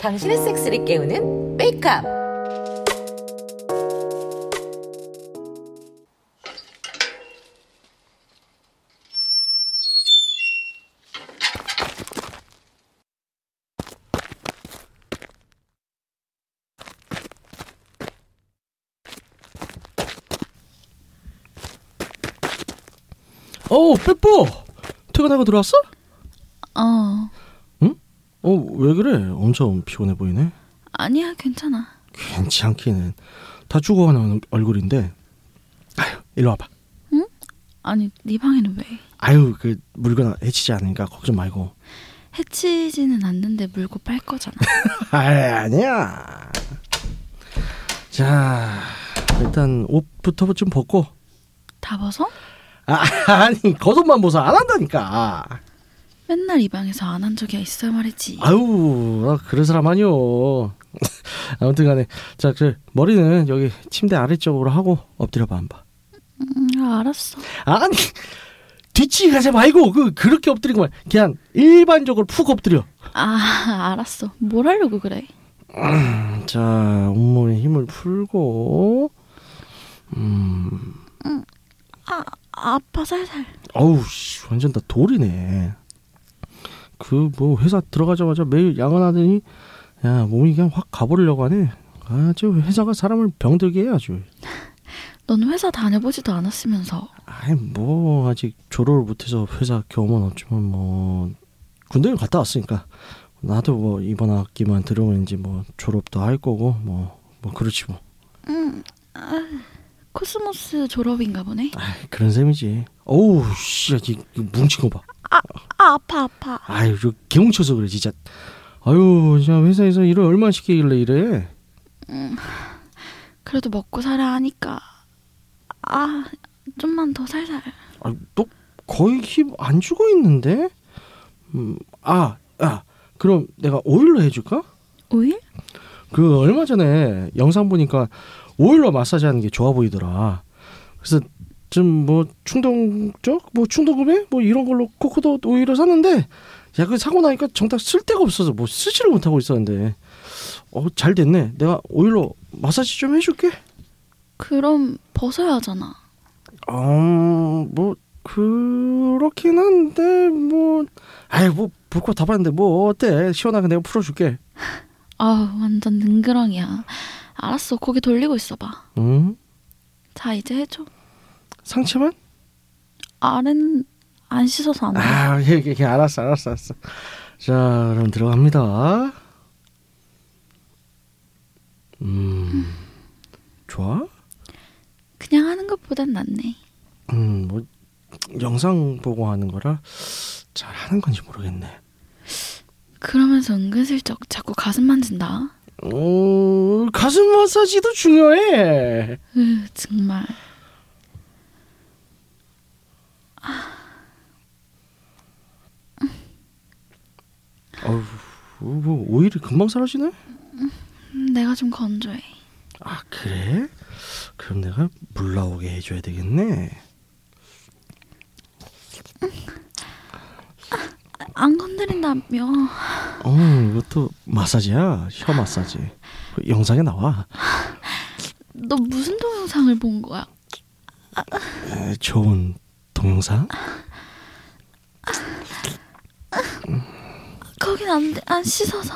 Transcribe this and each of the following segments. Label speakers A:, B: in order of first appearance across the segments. A: 당신의 섹스를 깨우는 메이크업.
B: 어, 빼뽀. 퇴근하고 들어왔어?
C: 어,
B: 어, 왜 그래? 엄청 피곤해 보이네.
C: 아니야, 괜찮아.
B: 괜찮기는. 다 죽어가는 얼굴인데. 아유, 일로 와봐.
C: 아니, 네 방에는 왜?
B: 아유, 그 물건 해치지 않으니까 걱정 말고.
C: 해치지는 않는데 물고 빨 거잖아.
B: 아, 아니야. 자, 일단 옷부터 좀 벗고.
C: 다 벗어?
B: 아, 아니, 겉옷만 벗어 안 한다니까.
C: 맨날 이 방에서 안 한 적이 있어야 말이지.
B: 아유, 나 그런 사람 아니요. 아무튼 간에. 자, 그 머리는 여기 침대 아래쪽으로 하고 엎드려봐 한 봐.
C: 음, 알았어.
B: 아니 뒤치기 가지 말고 그 그렇게 엎드린 거말 그냥 일반적으로 푹 엎드려
C: 아, 알았어. 뭘 하려고 그래?
B: 자 온몸에 힘을 풀고 음
C: 아, 아파 살살.
B: 어우 씨 완전 다 돌이네 그 뭐 회사 들어가자마자 매일 야근하더니 야 몸이 그냥 확 가버리려고 하네 아저 회사가 사람을 병들게 해 아주
C: 넌 회사 다녀보지도 않았으면서.
B: 아이 뭐 아직 졸업을 못해서 회사 경험은 없지만 뭐 군대를 갔다 왔으니까 나도 뭐 이번 학기만 들으면 이제 뭐 졸업도 할 거고 뭐 뭐 그렇지 뭐
C: 음, 아, 코스모스 졸업인가 보네.
B: 아이, 그런 셈이지 어우 씨야 이 뭉친 거봐
C: 아, 아파, 아파.
B: 아유 저 개뭉쳐서 그래 진짜 아유 진짜 회사에서 일을 얼마나 시키길래 이래
C: 그래도 먹고 살아 하니까. 아, 좀만 더 살살.
B: 아너 거의 힘 안 주고 있는데 음아아 그럼 내가 오일로 해줄까?
C: 오일?
B: 그 얼마 전에 영상 보니까 오일로 마사지 하는 게 좋아 보이더라. 그래서 좀 뭐 충동적 뭐 충동구매 뭐 이런 걸로 코코넛 오일을 샀는데 야 그 사고 나니까 정작 쓸 데가 없어서 뭐 쓰지를 못하고 있었는데 어 잘 됐네. 내가 오일로 마사지 좀 해줄게.
C: 그럼 벗어야 하잖아.
B: 어뭐 그렇긴 한데 뭐 아이 뭐 볼거 다 봤는데 뭐 어때 시원하게 내가 풀어줄게.
C: 아우, 완전 능그렁이야. 알았어, 고개 돌리고 있어봐.
B: 응
C: 자, 이제 해줘.
B: 상체만?
C: 알은 안 씻어서 안 돼.
B: 아, 예, 예, 예, 알았어, 알았어, 알았어. 자, 그럼 들어갑니다. 음, 좋아?
C: 그냥 하는 것보단 낫네.
B: 음, 뭐 영상 보고 하는 거라 잘 하는 건지 모르겠네.
C: 그러면서 은근슬쩍 자꾸 가슴 만진다.
B: 어, 가슴 마사지도 중요해.
C: 으, 정말.
B: 어우, 뭐 오일이 금방 사라지네.
C: 음, 내가 좀 건조해.
B: 아, 그래? 그럼 내가 물 나오게 해줘야 되겠네.
C: 안 건드린다며.
B: 어, 이것도 마사지야, 혀 마사지. 그 영상에 나와.
C: 너 무슨 동영상을 본 거야?
B: 에, 좋은 동영상?
C: 거긴 안, 돼, 안 씻어서.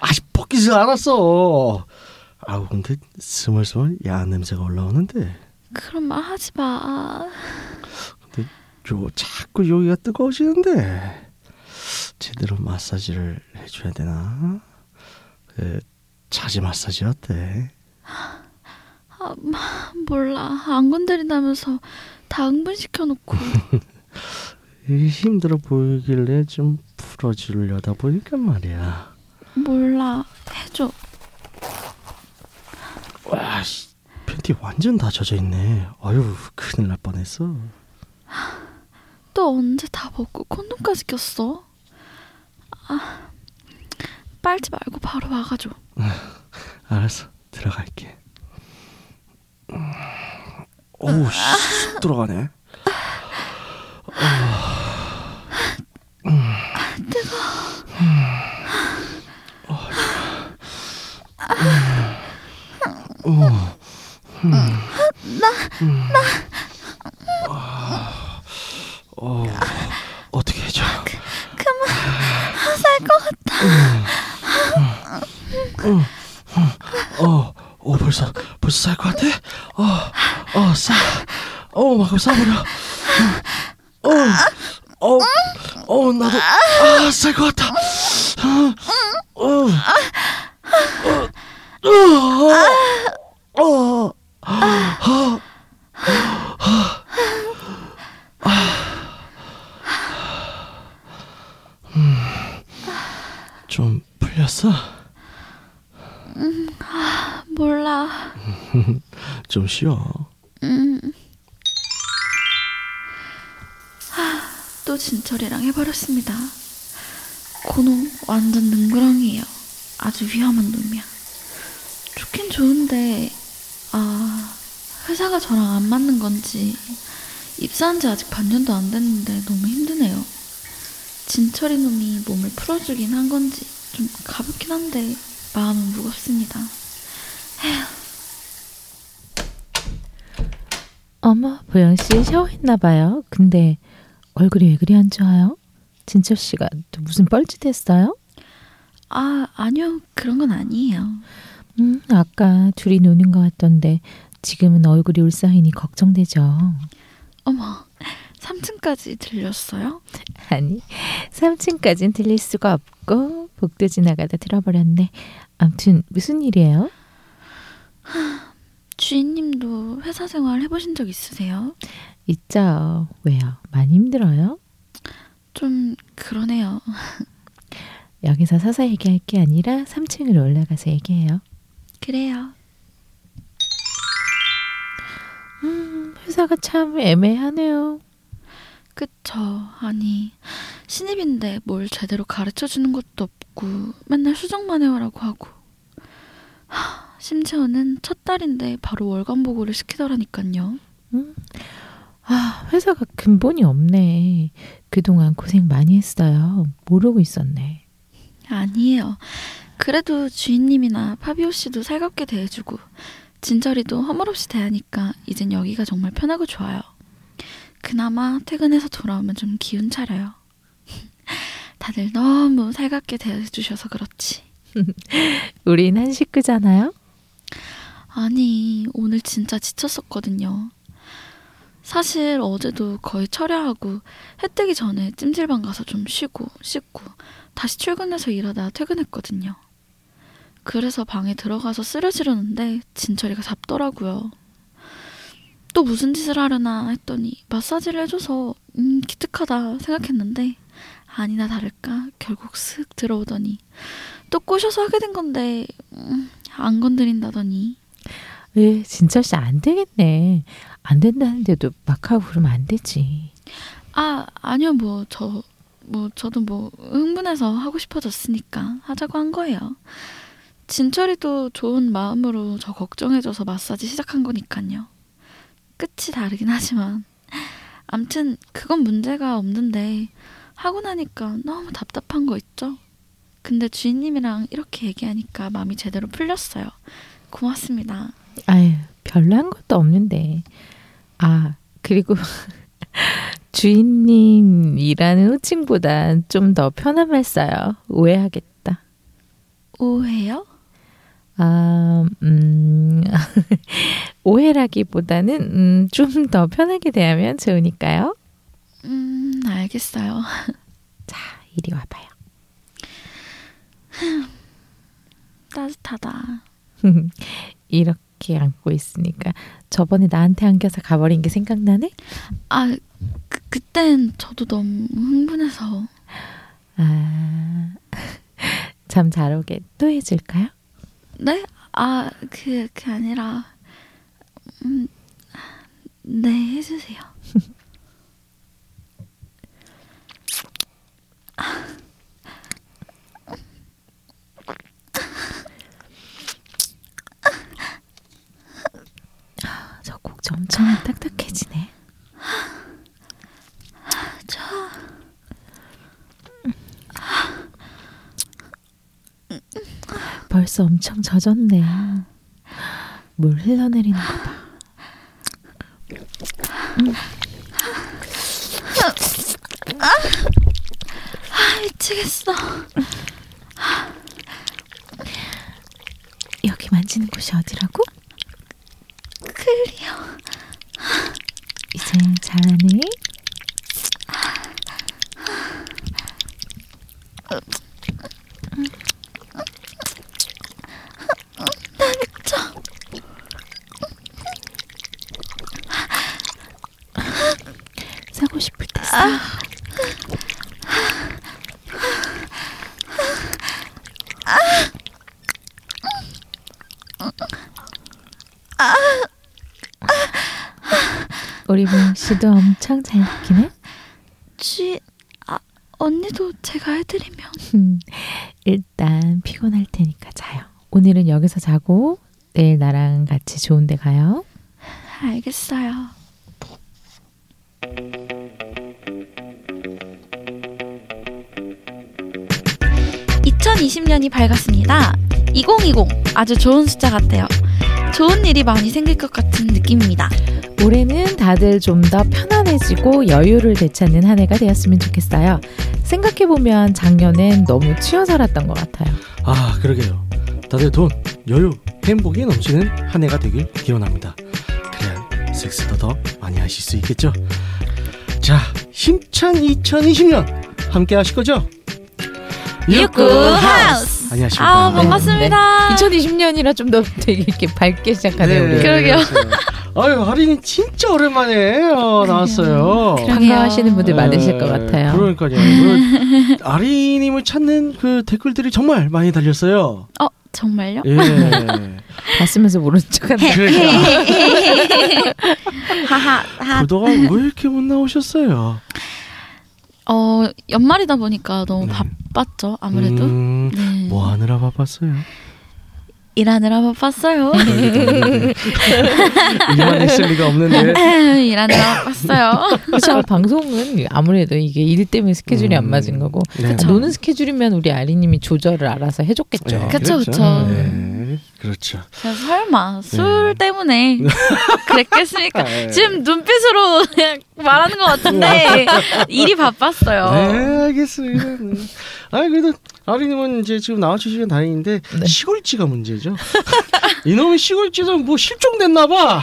B: 아직 벗기지 않았어. 아우 근데 스멀스멀 야한 냄새가 올라오는데
C: 그런 말 하지 마.
B: 저 자꾸 여기가 뜨거워지는데 제대로 마사지를 해줘야 되나? 그 자지 마사지 어때?
C: 아, 마, 몰라. 안 건드린다면서 다 흥분시켜놓고.
B: 이 힘들어 보이길래 좀 풀어주려다 보니까 말이야.
C: 몰라. 해줘.
B: 와, 씨, 팬티 완전 다 젖어 있네. 아유 큰일 날 뻔했어.
C: 또 언제 다 벗고 콘돔까지 꼈어? 아, 빨지 말고 바로 와가줘.
B: 알았어 들어갈게 오우 쑥 들어가네 아, 어, 어떻게 해줘? 그만 살 것 같다. 어, 어, 벌써 벌써 살 것 같아? 어, 어, 싸, 어, 막 싸버려. 어, 어, 어, 나도 아, 살 것 같다. 어, 어, 어, 어, 어. 좀 풀렸어?
C: 몰라.
B: 좀 쉬어.
C: 음. 아, 또 진철이랑 해버렸습니다. 고노 완전 능그렁이에요. 아주 위험한 놈이야. 좋긴 좋은데 아 회사가 저랑 안 맞는 건지 입사한 지 아직 반년도 안 됐는데 너무 힘드네요. 진철이 놈이 몸을 풀어주긴 한 건지 좀 가볍긴 한데 마음은 무겁습니다.
D: 어머, 보영 씨 샤워했나 봐요. 근데 얼굴이 왜 그리 안 좋아요? 진철 씨가 또 무슨 뻘짓 했어요?
C: 아 아니요 그런 건 아니에요.
D: 음, 아까 둘이 노는 것 같던데 지금은 얼굴이 울상이니 걱정되죠.
C: 어머 3층까지 들렸어요?
D: 아니, 3층까진 들릴 수가 없고 복도 지나가다 들어버렸네. 암튼 무슨 일이에요?
C: 주인님도 회사 생활 해보신 적 있으세요?
D: 있죠. 왜요? 많이 힘들어요?
C: 좀 그러네요.
D: 여기서 서서 얘기할 게 아니라 3층으로 올라가서 얘기해요.
C: 그래요.
D: 음, 회사가 참 애매하네요.
C: 그쵸. 아니, 신입인데 뭘 제대로 가르쳐 주는 것도 없고, 맨날 수정만 해와라고 하고. 하, 심지어는 첫 달인데 바로 월간 보고를 시키더라니깐요.
D: 아, 회사가 근본이 없네. 그동안 고생 많이 했어요. 모르고 있었네.
C: 아니에요. 그래도 주인님이나 파비오 씨도 살갑게 대해주고 진절이도 허물없이 대하니까 이젠 여기가 정말 편하고 좋아요. 그나마 퇴근해서 돌아오면 좀 기운 차려요. 다들 너무 살갑게 대해주셔서 그렇지.
D: 우린 한 식구잖아요.
C: 아니, 오늘 진짜 지쳤었거든요. 사실 어제도 거의 철야하고 해 뜨기 전에 찜질방 가서 좀 쉬고 씻고 다시 출근해서 일하다 퇴근했거든요. 그래서 방에 들어가서 쓰러지려는데 진철이가 잡더라고요. 또 무슨 짓을 하려나 했더니 마사지를 해줘서 음 기특하다 생각했는데 아니나 다를까 결국 슥 들어오더니 또 꼬셔서 하게 된 건데 음, 안 건드린다더니
D: 으, 진철 씨안 되겠네. 안 된다는데도 막 하고 그러면 안 되지.
C: 아 아니요 뭐 저 뭐 저도 뭐 흥분해서 하고 싶어졌으니까 하자고 한 거예요. 진철이도 좋은 마음으로 저 걱정해줘서 마사지 시작한 거니까요. 끝이 다르긴 하지만 암튼 그건 문제가 없는데 하고 나니까 너무 답답한 거 있죠. 근데 주인님이랑 이렇게 얘기하니까 마음이 제대로 풀렸어요. 고맙습니다.
D: 아유, 별난 것도 없는데. 아, 그리고 주인님이라는 호칭보다 좀 더 편한 말 써요. 오해하겠다.
C: 오해요?
D: 아, 음, 오해라기보다는 음, 좀 더 편하게 대하면 좋으니까요.
C: 음 알겠어요.
D: 자, 이리 와봐요.
C: 따뜻하다.
D: 이렇게 안고 있으니까 저번에 나한테 안겨서 가버린 게 생각나네?
C: 아, 그, 그땐 저도 너무 흥분해서.
D: 아, 잠 잘 오게 또 해줄까요?
C: 네? 아, 그, 그 아니라. 음, 네, 해주세요.
D: 저 곡지 엄청 딱딱해지네.
C: 저.
D: 벌써 엄청 젖었네. 물 흘러내리는 거 봐.
C: 아 미치겠어.
D: 여기 만지는 곳이 어디라고?
C: 클리어.
D: 이제 잘하네. 사고 싶을 때 사. 우리 문 씨도 엄청 잘 먹긴 해.
C: 쥐. 아 언니도 제가 해드리면.
D: 음, 일단 피곤할 테니까 자요. 오늘은 여기서 자고 내일 나랑 같이 좋은 데 가요.
C: 알겠어요. (2020년이) 밝았습니다 (2020) 아주 좋은 숫자 같아요 좋은 일이 많이 생길 것 같은 느낌입니다
D: 올해는 다들 좀 더 편안해지고 여유를 되찾는 한 해가 되었으면 좋겠어요. 생각해보면 작년엔 너무 치여 살았던 것 같아요.
B: 아 그러게요. 다들 돈, 여유, 행복이 넘치는 한 해가 되길 기원합니다. 그래야 섹스도 더 많이 하실 수 있겠죠. 자, 힘찬 2020년 함께 하실 거죠?
C: 유쿠 하우스!
B: 안녕하십니까.
C: 아
D: 반갑습니다.
C: 반갑습니다
D: 네. 2020년이라 좀 더 되게 이렇게 밝게 시작하네요.
B: 네,
D: 우리.
C: 그러게요.
B: 아유, 하린이 진짜 오랜만에 어, 나왔어요.
C: 그러게요.
D: 반가워하시는 분들
B: 네,
D: 많으실 것 같아요.
B: 그러니까요. 아리님을 찾는 그 댓글들이 정말 많이 달렸어요.
C: 어 정말요
B: 예.
D: 봤으면서 모른 척하는
B: 그러니까.
C: 하하 하.
B: 그동안 왜 이렇게 못 나오셨어요?
C: 어 연말이다 보니까 너무
B: 네.
C: 바빴죠 아무래도
B: 음,
C: 네.
B: 뭐 하느라 바빴어요?
C: 일하느라 바빴어요
B: 이만 했을 리가 없는데.
C: 네. 일하느라
B: 네.
C: 바빴어요
D: 그렇죠. 방송은 아무래도 이게 일 때문에 스케줄이 안 맞은 거고
B: 네.
D: 아, 노는 스케줄이면 우리 아리님이 조절을 알아서 해줬겠죠.
B: 네,
C: 그쵸,
B: 그랬죠.
C: 그쵸.
B: 네, 그렇죠.
C: 자, 설마 술
B: 네.
C: 때문에 그랬겠습니까? 지금 눈빛으로 그냥 말하는 것 같은데 일이 바빴어요.
B: 네, 알겠습니다. 아 그래도 아리님은 이제 지금 나와주시면 다행인데
D: 네.
B: 시골지가 문제죠. 이놈의 시골지는 뭐 실종됐나봐.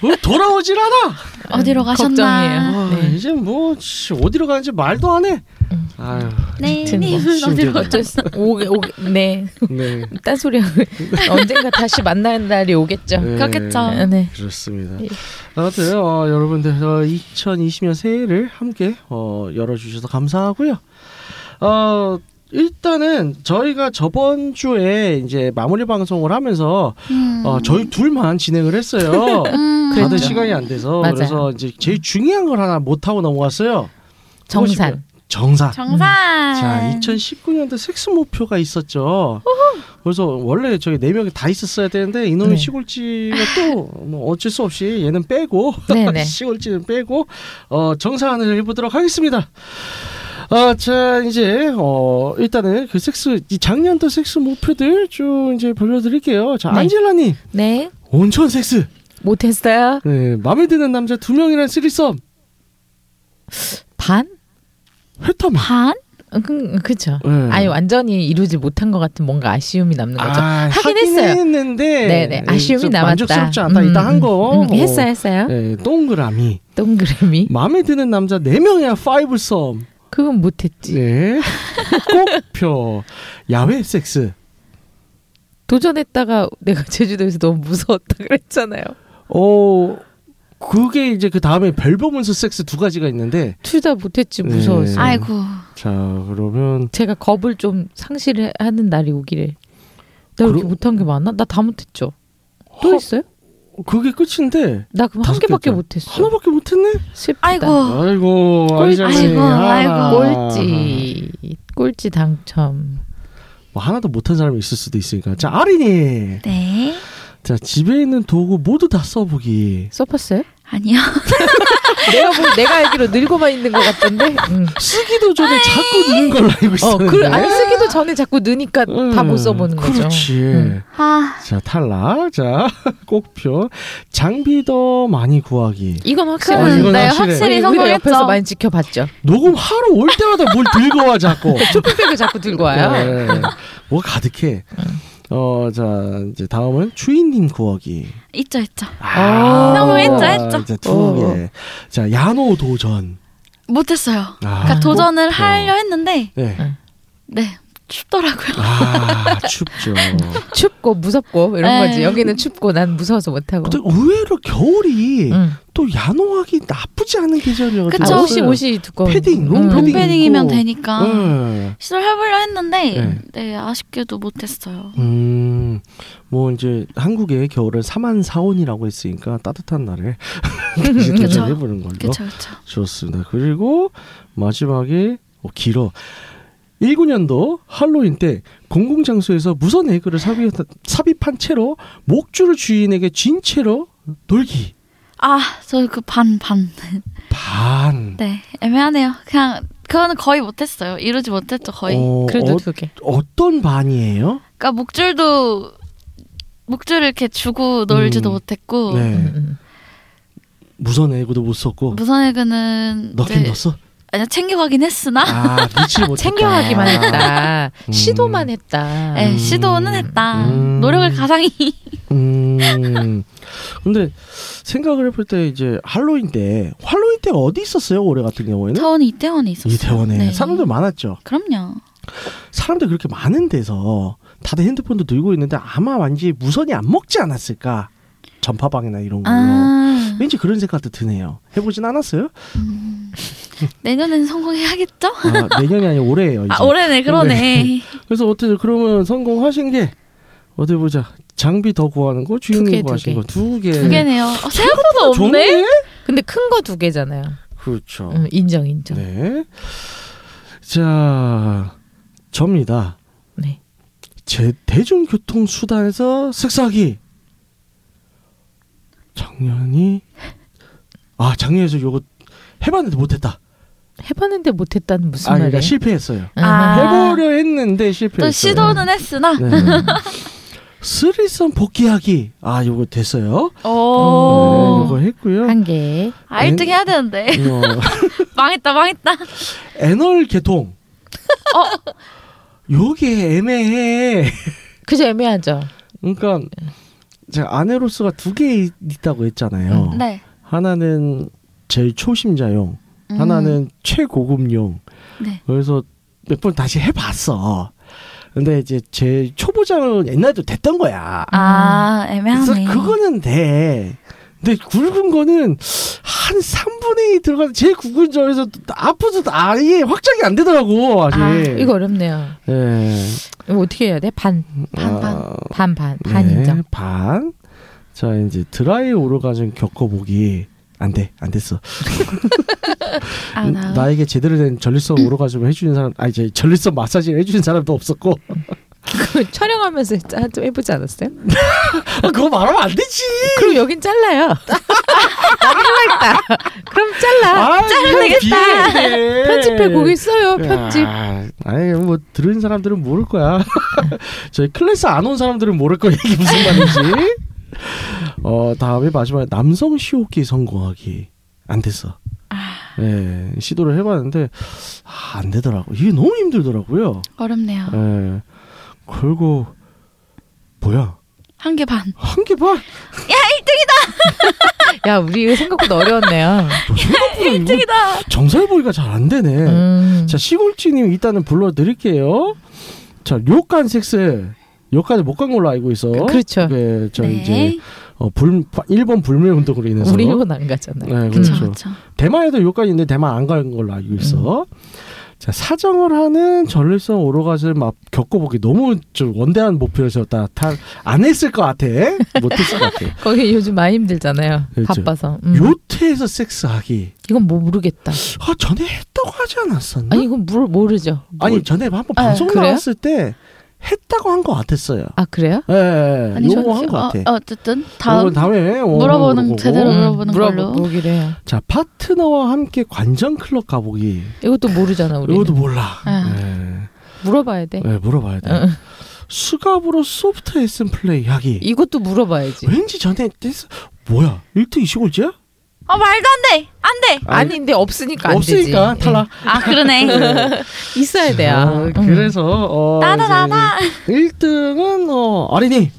B: 뭐 돌아오질 않아.
C: 어디로 가셨나?
B: 아,
D: 네.
B: 이제 뭐 씨, 어디로 가는지 말도 안 해.
D: 음.
B: 아유,
C: 네,
D: 아무튼
C: 님
D: 뭐
C: 어디로
B: 힘들다.
C: 가셨나?
D: 오게 오게 네
B: 네.
D: 딴소리하고 언젠가 다시 만나는 날이 오겠죠.
B: 네.
C: 그렇겠죠.
D: 네. 네.
B: 그렇습니다.
D: 예.
B: 아무튼 어, 여러분들 어, 2020년 새해를 함께 어, 열어주셔서 감사하고요. 어, 일단은 저희가 저번 주에 이제 마무리 방송을 하면서
C: 음.
B: 어, 저희 둘만 진행을 했어요.
C: 음.
B: 다들
D: 그랬죠.
B: 시간이 안 돼서
D: 그렇죠. 맞아요.
B: 그래서 이제 제일 중요한 걸 하나 못 하고 넘어갔어요.
D: 정산.
B: 정산.
C: 정산.
D: 아.
B: 자, 2019년도 섹스 목표가 있었죠. 그래서 원래 저기 네 명이 다 있었어야 되는데 이놈의
D: 네.
B: 시골지가 또 뭐 어쩔 수 없이 얘는 빼고
D: 네네.
B: 시골지는 빼고 어, 정산을 해보도록 하겠습니다. 아, 자 이제 어 일단은 그 섹스 이 작년도 섹스 목표들 쭉 이제 벌려드릴게요. 자
D: 네.
B: 안젤라님
D: 네.
B: 온천 섹스
D: 못했어요.
B: 네, 마음에 드는 남자 두 명이랑 쓰리썸
D: 반?
B: 회탐
C: 반?
D: 어, 그, 그쵸.
B: 네.
D: 아니 완전히 이루지 못한 것 같은 뭔가 아쉬움이 남는 거죠.
B: 아,
D: 하긴 했어요.
B: 는데 음,
D: 네네 아쉬움이 남았다.
B: 만족스럽지 않다.
D: 음,
B: 일단 한 거.
D: 음, 음, 했어요 했어요.
B: 예, 동그라미.
D: 동그라미.
B: 마음에 드는 남자 4명이야, 파이브 썸.
D: 그건 못했지.
B: 네. 꽃표. 야외 섹스.
D: 도전했다가 내가 제주도에서 너무 무서웠다 그랬잖아요.
B: 어, 그게 이제 그 다음에 별 보면서 섹스 두 가지가 있는데.
D: 둘 다 못했지
B: 네.
D: 무서워서.
B: 아이.
C: 아이고.
B: 자, 그러면.
D: 제가 겁을 좀 상실하는 을 날이 오기를. 나 이렇게
B: 그러-
D: 못한 게 많나? 나 다 못했죠. 또
B: 허,
D: 있어요?
B: 그게 끝인데.
D: 나 그럼 한
B: 다섯
D: 개밖에
B: 개였잖아.
D: 못했어.
B: 하나밖에 못했네?
D: 슬프다.
C: 아이고.
B: 아이고,
D: 어. 꼴찌.
B: 아이고,
C: 아이고, 아이고.
D: 꼴찌. 꼴찌 당첨.
B: 뭐 하나도 못한 사람이 있을 수도 있으니까. 자, 아린이.
C: 네.
B: 자, 집에 있는 도구 모두 다 써보기.
D: 써봤어요?
C: 아니요.
D: 내가 보, 내가 알기로 늙어만 있는 것 같던데. 음.
B: 쓰기도 전에 자꾸 느는 걸로 알고
D: 어,
B: 있었는데.
D: 그, 안 쓰기도 전에 자꾸 느니까
B: 네? 음,
D: 다 못 써보는 거죠.
B: 그렇지.
D: 음.
C: 아,
B: 자 탈락. 자 꼭표. 장비 더 많이 구하기.
D: 이건
B: 어,
D: 확실한.
B: 이건
C: 네,
B: 확실해.
C: 확실히
D: 우리가
C: 성공했죠.
D: 옆에서 많이 지켜봤죠.
B: 녹음 하러 올 때마다 뭘 들고 와 자꾸.
D: 쇼핑백을 자꾸 들고 와요. 음.
B: 예, 예. 뭐가 가득해. 어, 자 이제 다음은 주인님 구하기.
C: 있죠, 있죠.
D: 아. 너무
C: 했죠, 했죠.
B: 이제 두
D: 어.
B: 개. 자 야노 도전.
C: 못했어요.
B: 아,
C: 그러니까 도전을
B: 뭐,
C: 하려 했는데,
B: 네.
C: 네, 춥더라고요.
B: 아 춥죠.
D: 춥고 무섭고 이런
C: 네.
D: 거지. 여기는 춥고 난 무서워서 못하고.
B: 근데 의외로 겨울이
D: 응.
B: 또 야노하기 나쁘지 않은 계절이어서
C: 그쵸.
D: 아,
C: 그쵸.
D: 옷이 옷이 두꺼운.
B: 음.
D: 음.
B: 패딩, 롱 패딩.
C: 롱패딩이면
B: 입고.
C: 되니까.
B: 아, 네.
C: 시도를 해보려 했는데,
B: 네.
C: 네, 아쉽게도 못했어요.
B: 음, 뭐 이제 한국의 겨울은 사만사온이라고 했으니까 따뜻한 날에 이제
D: 그쵸.
B: 도전해보는 걸로
C: 그쵸, 그쵸.
B: 좋습니다. 그리고 마지막에 어, 길어. 19년도 할로윈 때 공공 장소에서 무선 애교를 삽입, 삽입한 채로 목줄을 주인에게 쥔 채로 놀기
C: 아, 저 그 반, 반.
B: 반.
C: 네, 애매하네요. 그냥, 그거는 거의 못했어요. 이루지 못했죠, 거의.
B: 어,
D: 그래도
B: 어,
D: 두 개.
B: 어떤 반이에요?
C: 그러니까 목줄도, 목줄을 이렇게 주고 놀지도
B: 음.
C: 못했고,
B: 네.
D: 음, 음.
B: 무선 애교도 못 썼고
C: 무선 에그는
B: 넣긴
C: 이제-
B: 넣었어.
C: 아니요, 챙겨가긴 했으나,
B: 아 미치를 못.
D: 챙겨하기만 했다.
B: 음.
D: 시도만 했다.
C: 네,
B: 음.
C: 시도는 했다.
B: 음.
C: 노력을 가상히.
B: 음. 근데 생각을 해볼 때 이제 할로윈 때 할로윈 때 어디 있었어요 올해 같은 경우에는?
C: 차원이 이태원에 있었어요.
B: 이태원에
C: 네.
B: 사람들 많았죠.
C: 그럼요.
B: 사람들 그렇게 많은 데서 다들 핸드폰도 들고 있는데 아마 왠지 무선이 안 먹지 않았을까 전파방이나 이런 걸로.
C: 아,
B: 왠지 그런 생각도 드네요. 해보진 않았어요?
C: 음. 내년엔 성공해야겠죠?
B: 아, 내년이 아니라 올해예요. 이제.
C: 아, 올해네, 그러네.
B: 그래서 어떻게 그러면 성공하신 게 어디 보자 장비 더 구하는 거 주인님
D: 두 개, 두
B: 구하신
D: 개.
B: 거 두 개.
C: 두 개네요. 어,
B: 아,
C: 생각보다 없네?
B: 좋네.
D: 근데 큰 거 두 개잖아요.
B: 그렇죠.
D: 음, 인정 인정. 네.
B: 네. 자, 접니다.
D: 네.
B: 제 대중교통 수단에서 색사기. 작년이 아 작년에서 요거 해봤는데 못했다.
D: 해봤는데 못했다는 무슨
B: 아
D: 말이야?
B: 그러니까 실패했어요.
C: 아.
B: 해보려 했는데
C: 또
B: 실패했어요.
C: 시도는 했으나,
B: 네. 스리선 복귀하기. 아 요거 됐어요.
C: 오,
B: 네, 요거 했고요.
D: 한 개.
C: 아, 1등 해야 되는데.
B: 어,
C: 망했다, 망했다.
B: 애널 개통. 요게 애매해.
D: 그죠 애매하죠.
B: 그러니까 제가 아네로스가 두 개 있다고 했잖아요.
C: 네.
B: 하나는 제일 초심자용,
C: 음,
B: 하나는 최고급용.
C: 네.
B: 그래서 몇 번 다시 해봤어. 근데 이제 제 초보자는 옛날에도 됐던 거야.
C: 아, 애매하네.
B: 그래서 그거는 돼. 근데 굵은 거는 한 3분의 2 들어가서 제일 굵은 점에서 앞으로 아예 확장이 안 되더라고 아직.
C: 아,
D: 이거 어렵네요.
B: 예.
D: 이거 어떻게 해야 돼? 반반
C: 반, 반.
B: 아,
D: 반. 반
B: 네,
D: 인정.
B: 반. 자 이제 드라이 오르가즘 겪어보기 안돼 안 됐어.
C: 아, 나.
B: 음, 나에게 제대로 된 전립선
D: 음.
B: 오르가즘을 해주는 사람 아니 제 전립선 마사지를 해주는 사람도 없었고
D: 그 촬영하면서 짜- 좀 해보지 않았어요?
B: 아, 그거 말하면 안 되지.
D: 그럼 여긴 잘라요. 난 잘라 있다. 그럼 잘라.
B: 아, 네. 자르겠다.
D: 편집해 거기 써요. 편집.
B: 아니 뭐 들은 사람들은 모를 거야. 저희 클래스 안 온 사람들은 모를 거야 이게 무슨 말인지. 어 다음에 마지막에 남성 시호기 성공하기 안 됐어.
D: 아.
B: 예 시도를 해봤는데 아, 안 되더라고. 이게 너무 힘들더라고요.
C: 어렵네요.
D: 아.
B: 예 결국 뭐야
C: 한 개 반.
B: 한 개 봐.
D: 야 우리 생각보다 어려웠네요.
B: 생각보다 이거
C: 일등이다.
B: 정살 보기가 잘 안 되네.
D: 음.
B: 자 시골지님 일단은 불러드릴게요. 자 료칸 섹스 여기까지 못 간 걸로 알고 있어.
D: 그- 그렇죠.
B: 네, 저
C: 네.
B: 이제 어, 불 일본 불매 운동으로 인해서
D: 우리 일본 안 가잖아요.
B: 네,
C: 그쵸,
B: 그렇죠.
C: 그쵸.
B: 대만에도 요까지 있는데 대만 안 간 걸로 알고 있어.
D: 음.
B: 자 사정을 하는 전립선 오로가를 막 겪어보기 너무 좀 원대한 목표여서 다안 했을 것 같아. 못했을 것 같아.
D: 거기 요즘 많이 힘들잖아요.
B: 그렇죠.
D: 바빠서. 음.
B: 요트에서 섹스하기.
D: 이건 뭐 모르겠다.
B: 아 전에 했다고 하지 않았었나?
D: 아니 이건 물, 모르죠.
B: 아니 전에 한번
C: 아,
B: 방송
D: 그래요?
B: 나왔을 때 했다고 한 것 같았어요.
D: 아 그래요?
B: 예, 예, 예. 요거 한 것 같아.
C: 어, 어쨌든
B: 요건
C: 다음
B: 다음에 어,
C: 물어보는
B: 물어보고.
C: 제대로 물어보는 걸로.
D: 물어보기로 해요.
B: 자 파트너와 함께 관전 클럽 가보기.
D: 이것도 모르잖아 우리.
B: 이것도 몰라.
C: 아.
B: 예,
D: 물어봐야 돼.
B: 예, 물어봐야 돼.
D: 응.
B: 수갑으로 소프트 레슨 플레이 하기.
D: 이것도 물어봐야지.
B: 왠지 전에 했- 뭐야 1등 25지야?
C: 아 말도 안 돼, 안 돼.
D: 아닌데 없으니까 그러니까 안
B: 없으니까
D: 되지.
B: 탈락.
C: 아 그러네.
D: 예. 있어야 돼요.
B: 아,
D: 음.
B: 그래서 어,
C: 따다다다.
B: 1등은 어, 어린이.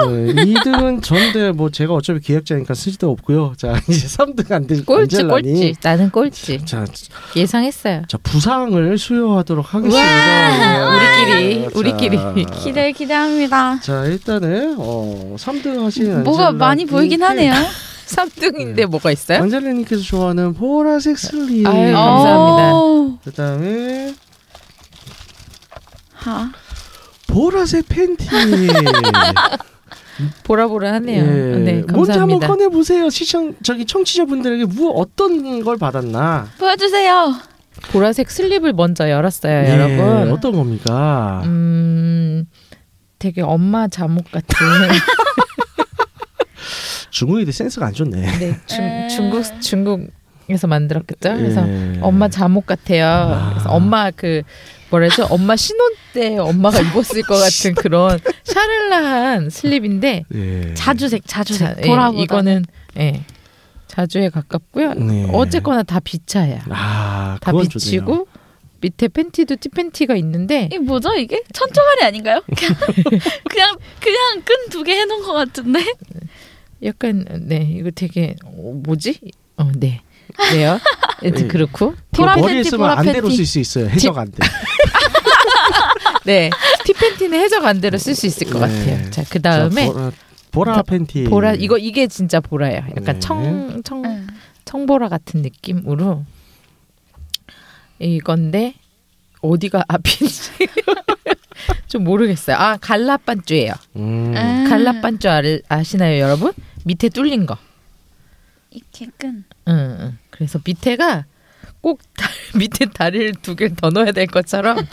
D: 어!
B: 네, 2등은 전데 뭐 제가 어차피 기획자니까 쓰지도 없고요. 자 이제 3등 안 되실
D: 꼴찌
B: 안젤라니.
D: 꼴찌. 나는 꼴찌.
B: 자,
D: 예상했어요.
B: 자 부상을 수여하도록 하겠습니다. 네.
D: 우리끼리,
B: 자,
D: 우리끼리.
C: 기대 기대합니다.
B: 자 일단은 어 3등 아, 하신
C: 뭐가 많이 보이긴 하네요.
D: 3등인데
B: 예.
D: 뭐가 있어요?
B: 안젤라님께서 좋아하는 보라색 슬리.
D: 네?
C: 어.
D: 아유, 감사합니다.
C: 오.
B: 그다음에
C: 아,
B: 보라색 팬티.
D: 보라보라하네요.
B: 예.
D: 네,
B: 뭔지 한번
D: 감사합니다.
B: 꺼내 보세요. 시청 저기 청취자분들에게 무 어떤 걸 받았나?
C: 보여주세요.
D: 보라색 슬립을 먼저 열었어요,
B: 예,
D: 네, 여러분.
B: 어떤 겁니까?
D: 음, 되게 엄마 잠옷 같은
B: 중국인들 센스가 안 좋네.
D: 네, 중,
C: 에.
D: 중국 중국에서 만들었겠죠. 그래서
B: 예.
D: 엄마 잠옷 같아요.
B: 아.
D: 그래서 엄마 그 뭐라죠? 엄마 신혼 때 엄마가 입었을 것 같은 그런 샤를라한 슬립인데
B: 예.
D: 자주색, 자주색.
C: 보라보다는.
D: 이거는 예, 자주에 가깝고요.
B: 네.
D: 어쨌거나 다 비차예요.
B: 아,
D: 다
B: 그건
D: 비치고
B: 좋네요.
D: 밑에 팬티도 티 팬티가 있는데
C: 이 뭐죠 이게? 천초가리 아닌가요? 그냥 그냥, 그냥 끈 두 개 해놓은 것 같은데.
D: 약간 네 이거 되게 어, 뭐지? 어, 네. 그래요. 여튼
B: 예.
D: 그렇고
B: 그거
C: 보라
B: 머리에
C: 팬티,
B: 쓰면
C: 보라
B: 안대로
C: 팬티.
B: 쓸 수 있어요. 해적 안대.
D: 그 네. 티 팬티는 해적 안대로 쓸 수 있을 것
B: 네.
D: 같아요. 자, 그다음에
B: 자, 보라, 보라
D: 다-
B: 팬티.
D: 보라 이거 이게 진짜 보라예요. 약간
B: 음. 네.
D: 청, 청
B: 음.
D: 청보라 같은 느낌으로 이건데 어디가 앞인지 좀 모르겠어요. 아 갈라 반쭈예요.
B: 음.
C: 음.
D: 갈라 반쭈 알- 아시나요, 여러분? 밑에 뚫린 거.
C: 이렇게 끈.
D: 응, 응. 그래서 밑에가 꼭 다, 밑에 다리를 두 개를 더 넣어야 될 것처럼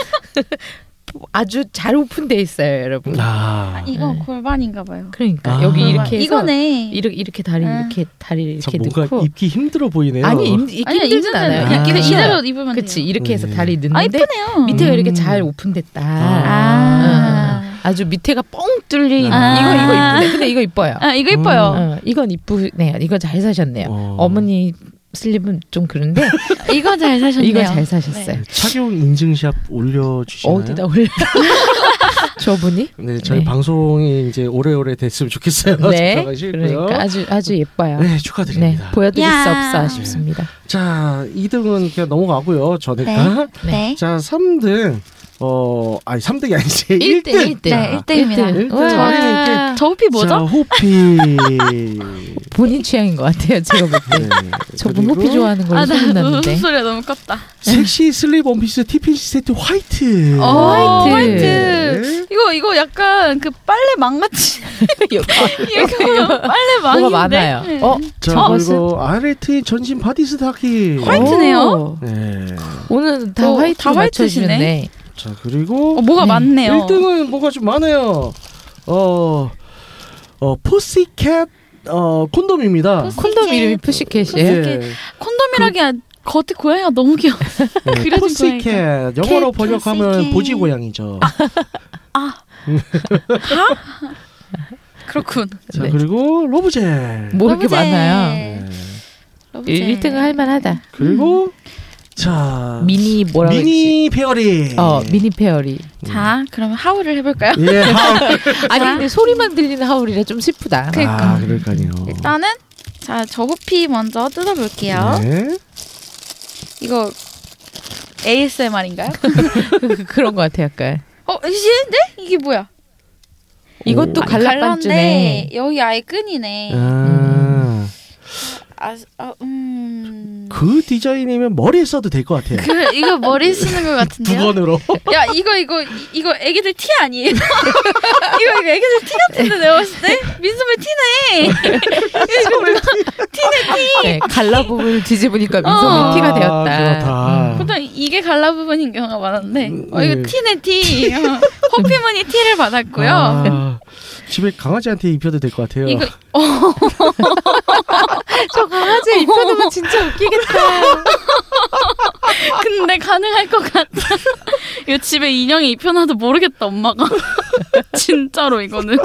D: 아주 잘 오픈돼 있어요, 여러분.
B: 아.
C: 이거
D: 네.
C: 골반인가 봐요.
D: 그러니까
B: 아.
D: 여기
B: 골반.
D: 이렇게 해서
C: 이거네.
D: 이렇게 이렇게 다리
C: 아.
D: 이렇게 다리
B: 참
D: 이렇게
B: 뭔가
D: 넣고
B: 입기 힘들어 보이네요.
D: 아니 입, 입기
C: 아니야,
D: 힘들진
C: 이거는
D: 않아요.
C: 그냥
B: 아.
C: 그냥 이대로 입으면
D: 그치
C: 돼요.
D: 이렇게 해서
B: 네.
D: 다리
C: 아
D: 넣는데
C: 이쁘네요.
D: 밑에가 이렇게
B: 음.
D: 잘 오픈됐다.
C: 아.
D: 응, 응. 아주 밑에가 뻥 뚫린
B: 아.
D: 이거 이거 이쁘네. 근데 이거 이뻐요.
C: 아 이거 이뻐요.
D: 어, 이건 이쁘네요. 이거 잘 사셨네요.
B: 어.
D: 어머니 슬립은 좀 그런데
C: 이거 잘
D: 음.
C: 사셨네요.
D: 이거 잘 사셨어요. 네.
B: 네, 착용 인증샷 올려주시나요?
D: 어디다 올려? 저분이?
B: 네, 저희
D: 네.
B: 방송이 이제 오래오래 됐으면 좋겠어요.
D: 네.
B: 부탁하시고요.
D: 그러니까 아주 아주 예뻐요.
B: 아, 네,
D: 네,
B: 축하드립니다.
D: 보여드릴 수
C: 야.
D: 없어 아쉽습니다.
B: 자, 2등은 그냥 넘어가고요. 저니까.
C: 네.
B: 자, 3등. 어, 아니 3등이 아니지. 1등.
D: 1등, 1등.
C: 네, 일등입니다.
B: 일등.
D: 와,
C: 아, 저 호피 뭐죠?
B: 자, 호피. 네.
D: 본인 취향인 것 같아요. 제가 볼 때. 저분
B: 그리고
D: 호피 좋아하는 걸로
C: 아, 나
D: 소문났는데.
C: 웃음소리가 너무 컸다.
B: 섹시 슬립 원피스 티팬시 세트 화이트.
C: 어,
D: 화이트.
C: 화이트. 이거, 이거 약간 그 빨래 망같이. 이거 빨래 망인데. 네.
D: 뭐가 많아요. 어,
B: 네. 자,
D: 어,
B: 그리고 아레트의 전신 바디 스타킹.
C: 화이트네요.
B: 네.
D: 오늘 다
C: 어,
D: 화이트
C: 다 화이트시네.
D: 맞춰주셨네.
B: 자, 그리고
C: 어, 뭐가
D: 네.
C: 많네요.
B: 1등은 뭐가 좀 많아요. 어, 어, 포시캣, 어, 콘돔입니다. 예.
C: 포시-
D: 콘돔
C: 이게-
D: 이름이 푸시캣이에요.
C: 콘돔이라기야 겉에 고양이가 너무 귀여워.
D: 아,
B: 네,
C: 그려진
B: 포시캣. 영어로
C: 캣,
B: 번역하면
C: 포시캣.
B: 보지 고양이죠.
D: 아, 네.
C: 그렇군.
B: 자,
D: 네.
B: 그리고 로브젤.
D: 뭐 이렇게
C: 러브제.
D: 많아요.
B: 네.
C: 러브제.
D: 1등은 할만하다.
B: 그리고 자
D: 음. 미니 뭐라고 했지?
B: 아, 미니 아. 페어리.
D: 어, 미니 페어리.
C: 자, 그러면 하울을 해볼까요?
B: 예. 아,
D: 아니 근데 소리만 들리는 하울이라 좀 슬프다.
C: 그러니까.
B: 아, 그럴까요.
D: 네,
C: 일단은, 자, 저 호피 먼저 뜯어볼게요.
B: 네.
C: 이거 ASMR인가요?
D: 그- 그런 것 같아 약간.
C: 어, 이시인데 이게 뭐야?
D: 이것도
B: 오.
D: 갈라반주네.
C: 갈랐네. 여기 아예 끈이네.
D: 음.
B: 아,
C: 아, 아, 음.
B: 그 디자인이면 머리에 써도 될 것 같아요.
C: 그 이거 머리 쓰는 것
B: 두
C: 같은데요?
B: 번으로.
C: 야 이거 이거 이- 이거 애기들 티 아니에요? 이거 이거 애기들 티 같은데 내가 봤을 때 민소매 티네.
D: 네, 갈라부분을 뒤집으니까
B: 아,
D: 민소매 티가 어, 되었다.
B: 그렇다.
D: 음.
C: 보통 이게 갈라 부분인 경우가 많은데 어
B: 네.
C: 이거 티네 티. 어, 호피무늬 티를 받았고요. 네.
B: 아, 집에 강아지한테 입혀도 될 것 같아요.
C: 이거
D: 저 어, 강아지 입혀놓으면 진짜 웃기겠다.
C: 근데 가능할 것 같아. 이거 집에 인형이 입혀놔도 모르겠다 엄마가. 진짜로 이거는.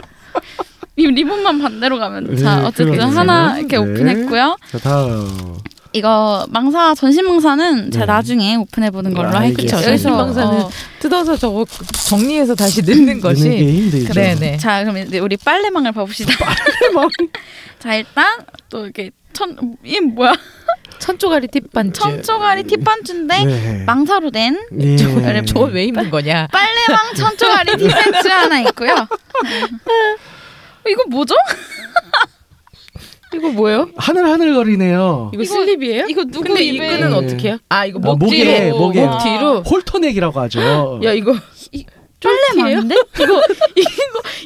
C: 이 리본만 반대로 가면 자
B: 네,
C: 어쨌든
B: 그러네요.
C: 하나 이렇게
B: 네.
C: 오픈했고요.
B: 자 다음.
C: 이거 망사 전신 망사는 제가
B: 네.
C: 나중에 오픈해 보는 걸로
B: 아,
C: 할게요.
B: 알겠어요.
C: 그쵸,
B: 전신
D: 망사는 뜯어서 저거 정리해서 다시 넣는
B: 넣는
D: 것이.
B: 게 힘들죠.
D: 네네.
C: 자 그럼 이제 우리 빨래망을 봐봅시다. 빨래망. 자 일단 또 이렇게 천이 뭐야
D: 천조가리 팁반지.
C: 천조가리 팁반주인데
B: 네.
C: 망사로 된
B: 네.
C: 저거를
D: 저걸 왜 입는 거냐?
C: 빨래망 천조가리
D: 네
C: 팁반주 하나 있고요. 어, 이거 뭐죠?
D: 이거 뭐예요?
B: 하늘 하늘 거리네요.
D: 이거,
C: 이거-
D: 슬립이에요?
E: 이거 누구
D: 예? 근데
E: 입에
D: 이거는
B: 네.
D: 어떻게 해요? 아 이거
B: 아,
D: 목
B: 목에,
D: 뒤로.
B: 목에.
D: 목 뒤로.
B: 홀터넥이라고 하죠.
D: 야 이거
C: 빨래망인데 이거 이거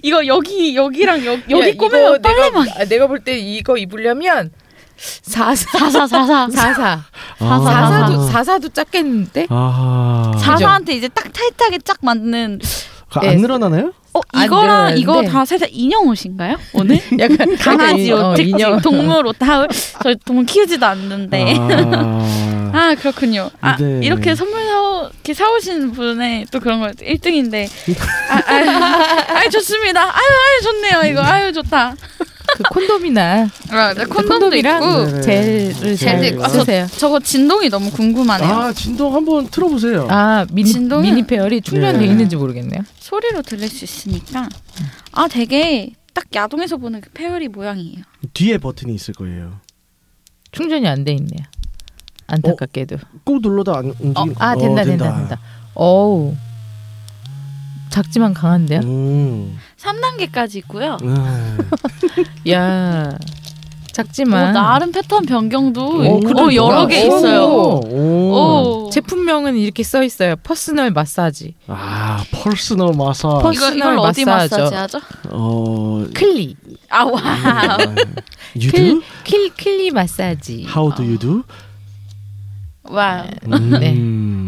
C: 이거 여기 여기랑 여, 여기
D: 야, 예, 이거
C: 꼬매면
D: 내가,
C: 빨래망.
D: 아, 내가 볼 때 이거 입으려면 사사
C: 사사사사
D: 사사
B: 아.
D: 사사도 사사도 작겠는데
B: 아.
C: 사사한테 이제 딱 타이트하게 딱 맞는
B: 그거
D: 예.
B: 안 늘어나나요?
C: 어
D: 안
C: 이거랑
D: 들어가는데.
C: 이거 다 세상 인형 옷인가요 오늘?
D: 약간
C: 강아지
D: 어,
C: 옷, 특징,
D: 네, 인형. 어.
C: 동물 옷 다. 저희 동물 키우지도 않는데.
B: 아.
C: 아 그렇군요. 아
B: 네.
C: 이렇게 선물 사 이렇게 사오신 분의 또 그런 거 1등인데. 아, 아, 아유 좋습니다. 아유 아유 좋네요 이거. 아유 좋다.
D: 그 콘돔이나
C: 아, 네, 콘돔도
D: 콘돔이랑
C: 있고
B: 네.
D: 젤을
C: 젤도
D: 잘
C: 있고. 아,
D: 쓰세요.
C: 저거 진동이 너무 궁금하네요.
B: 아 진동 한번 틀어보세요.
D: 아 미니
C: 진동은-
D: 미니 페어리 충전돼
B: 네.
D: 있는지 모르겠네요.
C: 소리로 들릴 수 있으니까. 아 되게 딱 야동에서 보는 그 페어리 모양이에요.
B: 뒤에 버튼이 있을 거예요.
D: 충전이 안 돼 있네요. 안타깝게도.
B: 꾹 눌러도 안 움직이는
D: 어,
B: 거.
D: 아 된다 된다 된다. 어우 작지만 강한데요.
B: 음.
C: 3단계까지 있고요.
B: 아.
D: 야
C: 오,
D: 작지만
C: 어, 나름 패턴 변경도
B: 오,
C: 어,
B: 그래도
C: 여러
B: 뭐야?
C: 개
D: 오.
C: 있어요.
B: 오.
C: 오.
D: 제품명은 이렇게 써 있어요. 퍼스널 마사지.
B: 아 퍼스널 마사.
D: 퍼-
C: 이거
D: 퍼스널
C: 이걸 어디
D: 마사죠.
C: 마사지 하죠?
B: 어.
D: 클리
C: 아 그- 와.
B: 음. 유두?
D: 클, 클 클리 마사지.
B: How do you do?
C: 와.
B: 음.
D: 네.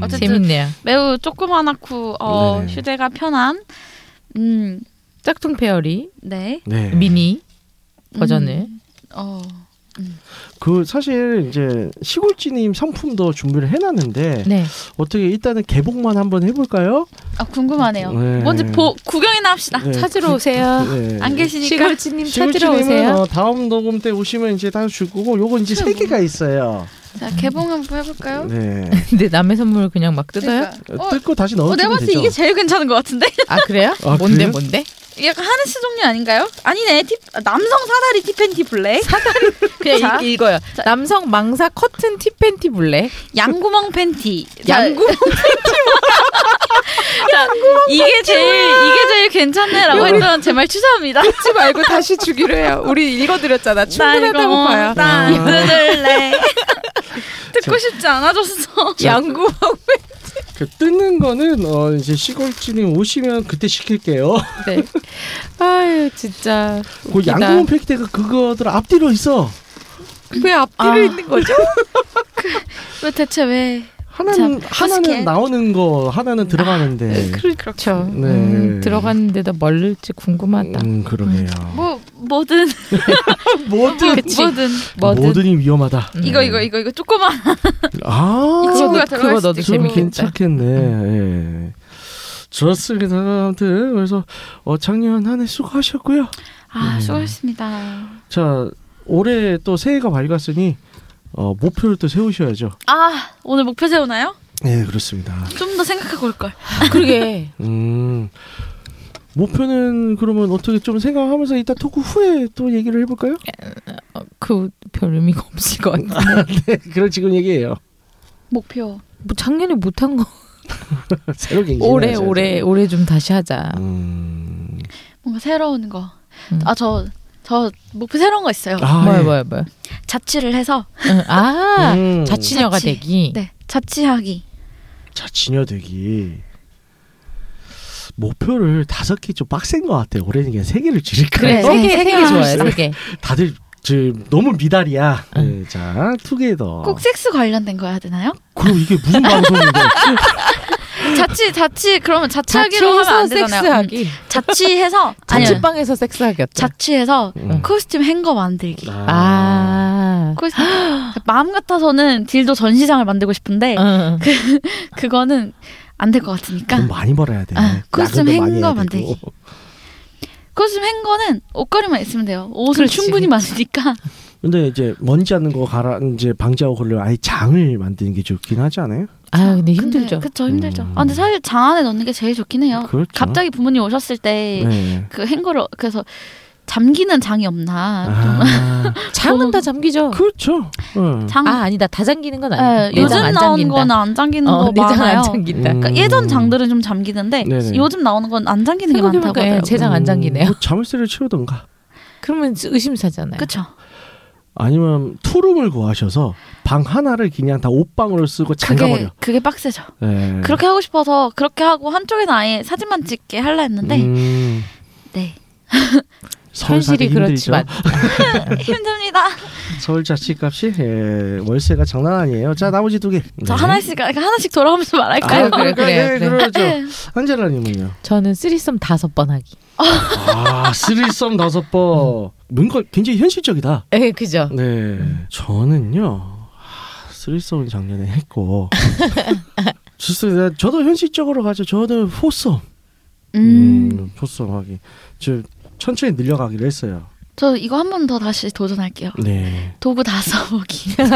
C: 어쨌든
D: 재밌네요.
C: 매우 조그만하고 어,
B: 네.
C: 휴대가 편한 음.
D: 짝퉁 페어리
C: 네.
B: 네.
D: 미니 버전을
C: 어.
B: 그 사실 이제 시골지님 상품도 준비를 해놨는데
C: 음.
D: 네
B: 어떻게 일단은 개봉만 한번 해볼까요?
C: 아 궁금하네요.
B: 네.
C: 먼저 보 구경이나 합시다.
B: 네.
D: 찾으러 오세요.
B: 네.
C: 아, 안 계시니까
D: 시골지님 찾으러
B: 시골지님은
D: 오세요.
B: 어, 다음 녹음 때 오시면 이제 다 줄 거고 요건 이제 세
C: 그래,
B: 개가 있어요.
C: 자, 개봉 한번 해 볼까요?
B: 네.
D: 근데 남의 선물을 그냥 막 뜯어요?
C: 어,
B: 뜯고 다시
C: 어, 내가
B: 넣어주면
C: 봤을 때
B: 되죠.
C: 이게 제일 괜찮은 것 같은데?
D: 아 그래요?
B: 아,
D: 뭔데
B: 그래요?
D: 뭔데?
C: 약간 하네스 종류 아닌가요? 아니네. 티, 아, 남성 사다리 티팬티 블랙, 자.
D: 그냥 이, 이거요.
C: 자.
D: 남성 망사 커튼 티팬티 블랙.
C: 양구멍 팬티. 자,
D: 양구멍 뭐?
C: 자, 이게 제일 이게 제일 괜찮네라고 했던 제 말 취소합니다.
D: 지 말고 다시 주기로 해요. 우리 읽어드렸잖아. 충분하다고 봐요. 아.
C: 나 이거 들을래. 듣고 싶지 않아졌어.
D: 양구멍.
B: 그 뜯는 거는 어, 이제 시골지님 오시면 그때 시킬게요.
D: 네. 아유 진짜.
B: 그
D: 웃기다.
B: 양궁은 팩트가 그거들 앞뒤로 있어.
D: 왜 앞뒤로
C: 아.
D: 있는 거죠?
C: 왜 대체 왜?
B: 하나는
C: 자, 아,
B: 하나는
C: 허스키에.
B: 나오는 거, 하나는 들어가는데.
D: 그렇죠.
B: 네.
D: 음, 들어갔는데도 멀릴지 궁금하다.
B: 음 그러네요.
C: 그러니까. 뭐 뭐든
B: 뭐든
D: 그치.
C: 뭐든
D: 뭐든.
B: 뭐든이 위험하다.
D: 음.
C: 이거 이거 이거 이거 조그만
B: 아
C: 이 친구가
D: 그거
C: 들어갈 수도 음.
D: 넣어도
C: 있고.
D: 재밌겠다.
B: 괜찮겠네. 예. 좋습니다. 아무튼 그래서 어, 작년 한 해 수고하셨고요.
C: 아
B: 음.
C: 수고했습니다.
B: 자 올해 또 새해가 밝았으니 어, 목표를 또 세우셔야죠.
C: 아 오늘 목표 세우나요?
B: 네 그렇습니다.
C: 좀 더 생각하고 올 걸.
D: 아, 그러게.
B: 음 목표는 그러면 어떻게 좀 생각하면서 이따 토크 후에 또 얘기를 해볼까요?
D: 그 별 의미가 없을 것 같아.
B: 네, 그럼 지금 얘기해요.
C: 목표.
D: 뭐 작년에 못한 거.
B: 새로 갱신.
D: 올해 올해 올해 좀 다시 하자.
B: 음.
C: 뭔가 새로운 거.
D: 음.
C: 아 저 저 목표 새로운 거 있어요.
B: 아,
D: 뭐야
B: 예.
D: 뭐야 뭐야.
C: 자취를 해서
D: 응, 아
B: 음.
D: 자취녀가
C: 자취.
D: 되기.
C: 네 자취하기.
B: 자취녀 되기. 목표를 다섯 개 좀 빡센 것 같아. 올해는 그냥 세 개를
D: 그래
B: 줄일까요?
C: 네,
D: 세개
C: 세개
D: 세개 좋아요
C: 합시다.
D: 세 개.
B: 다들 지금 너무 미달이야. 네, 자, 투게더.
D: 어.
C: 꼭 섹스 관련된 거 해야 되나요?
B: 그럼 이게 무슨 방송인데?
C: 자취 자취 그러면 자취하기로 하면
D: 자취해서
C: 안 되잖아요. 음,
D: 섹스하기.
C: 자취해서 아니요.
D: 자취방에서 섹스하기였죠.
C: 자취해서
B: 음.
C: 코스튬 행거 만들기.
D: 아.
C: 코스튬 마음 같아서는 딜도 전시장을 만들고 싶은데
D: 응.
C: 그거는 안 될 것 같으니까.
D: 음.
B: 돈 많이 벌어야 돼.
C: 아, 코스튬
B: 야근도 많이
C: 행거
B: 해야 되고.
C: 만들기. 코스튬 행거는 옷걸이만 있으면 돼요. 옷을
D: 그렇지,
C: 충분히
D: 그렇지.
C: 많으니까.
B: 근데 이제 먼지 않는 거 가라 이제 방지하고 그러려 아예 장을 만드는 게 좋긴 하지 않아요?
D: 아, 근데 힘들죠.
C: 근데, 그쵸 힘들죠.
B: 음.
C: 아 근데 사실 장 안에 넣는 게 제일 좋긴 해요.
B: 그렇죠.
C: 갑자기 부모님 오셨을 때
B: 네.
C: 그 행거를 그래서 잠기는 장이 없나. 좀
B: 아,
D: 장은 다 잠기죠.
B: 그렇죠. 네.
C: 장
D: 아, 아니다. 다 잠기는 건
C: 예,
D: 아니다. 내장
C: 요즘
D: 안
C: 나오는
D: 잠긴다.
C: 거는 안 잠기는
D: 어,
C: 거
D: 내장
C: 많아요.
D: 안 잠긴다.
B: 음.
C: 그러니까 예전 장들은 좀 잠기는데
B: 네네.
C: 요즘 나오는 건 안 잠기는 게 많다고
D: 생각해보니까 예,
C: 하더라고요.
D: 제장 안 잠기네요.
B: 뭐 자물쇠를 치우던가
D: 그러면 의심사잖아요.
C: 그렇죠.
B: 아니면 투룸을 구하셔서 방 하나를 그냥 다 옷방으로 쓰고
C: 그게
B: 잠가버려.
C: 그게 빡세죠.
B: 네.
C: 그렇게 하고 싶어서 그렇게 하고 한쪽에는 아예 사진만 찍게 할라 했는데
B: 음,
C: 네
B: 서울 살기
D: 현실이
B: 힘들죠.
D: 그렇지만
C: 힘듭니다.
B: 서울 자취값이 예, 월세가 장난 아니에요. 자 나머지 두 개.
C: 저
B: 네.
C: 하나씩 그러니까 하나씩 돌아가면서 말할까요?
D: 아유, 그래, 그래,
B: 예,
D: 그래.
B: 그러죠. 한젤라님은요.
D: 저는 쓰리썸 다섯 번 하기.
B: 아 쓰리썸 다섯 번. 뭔가 굉장히 현실적이다.
D: 예, 그죠.
B: 네. 저는요. 아, 쓰리썸은 작년에 했고. 좋습니다. 저도 현실적으로 가죠. 저도 포썸.
C: 음,
B: 음, 포썸하기. 저 천천히 늘려가기로 했어요.
C: 저 이거 한 번 더 다시 도전할게요.
B: 네.
C: 도구 다 써보기.
D: 그래,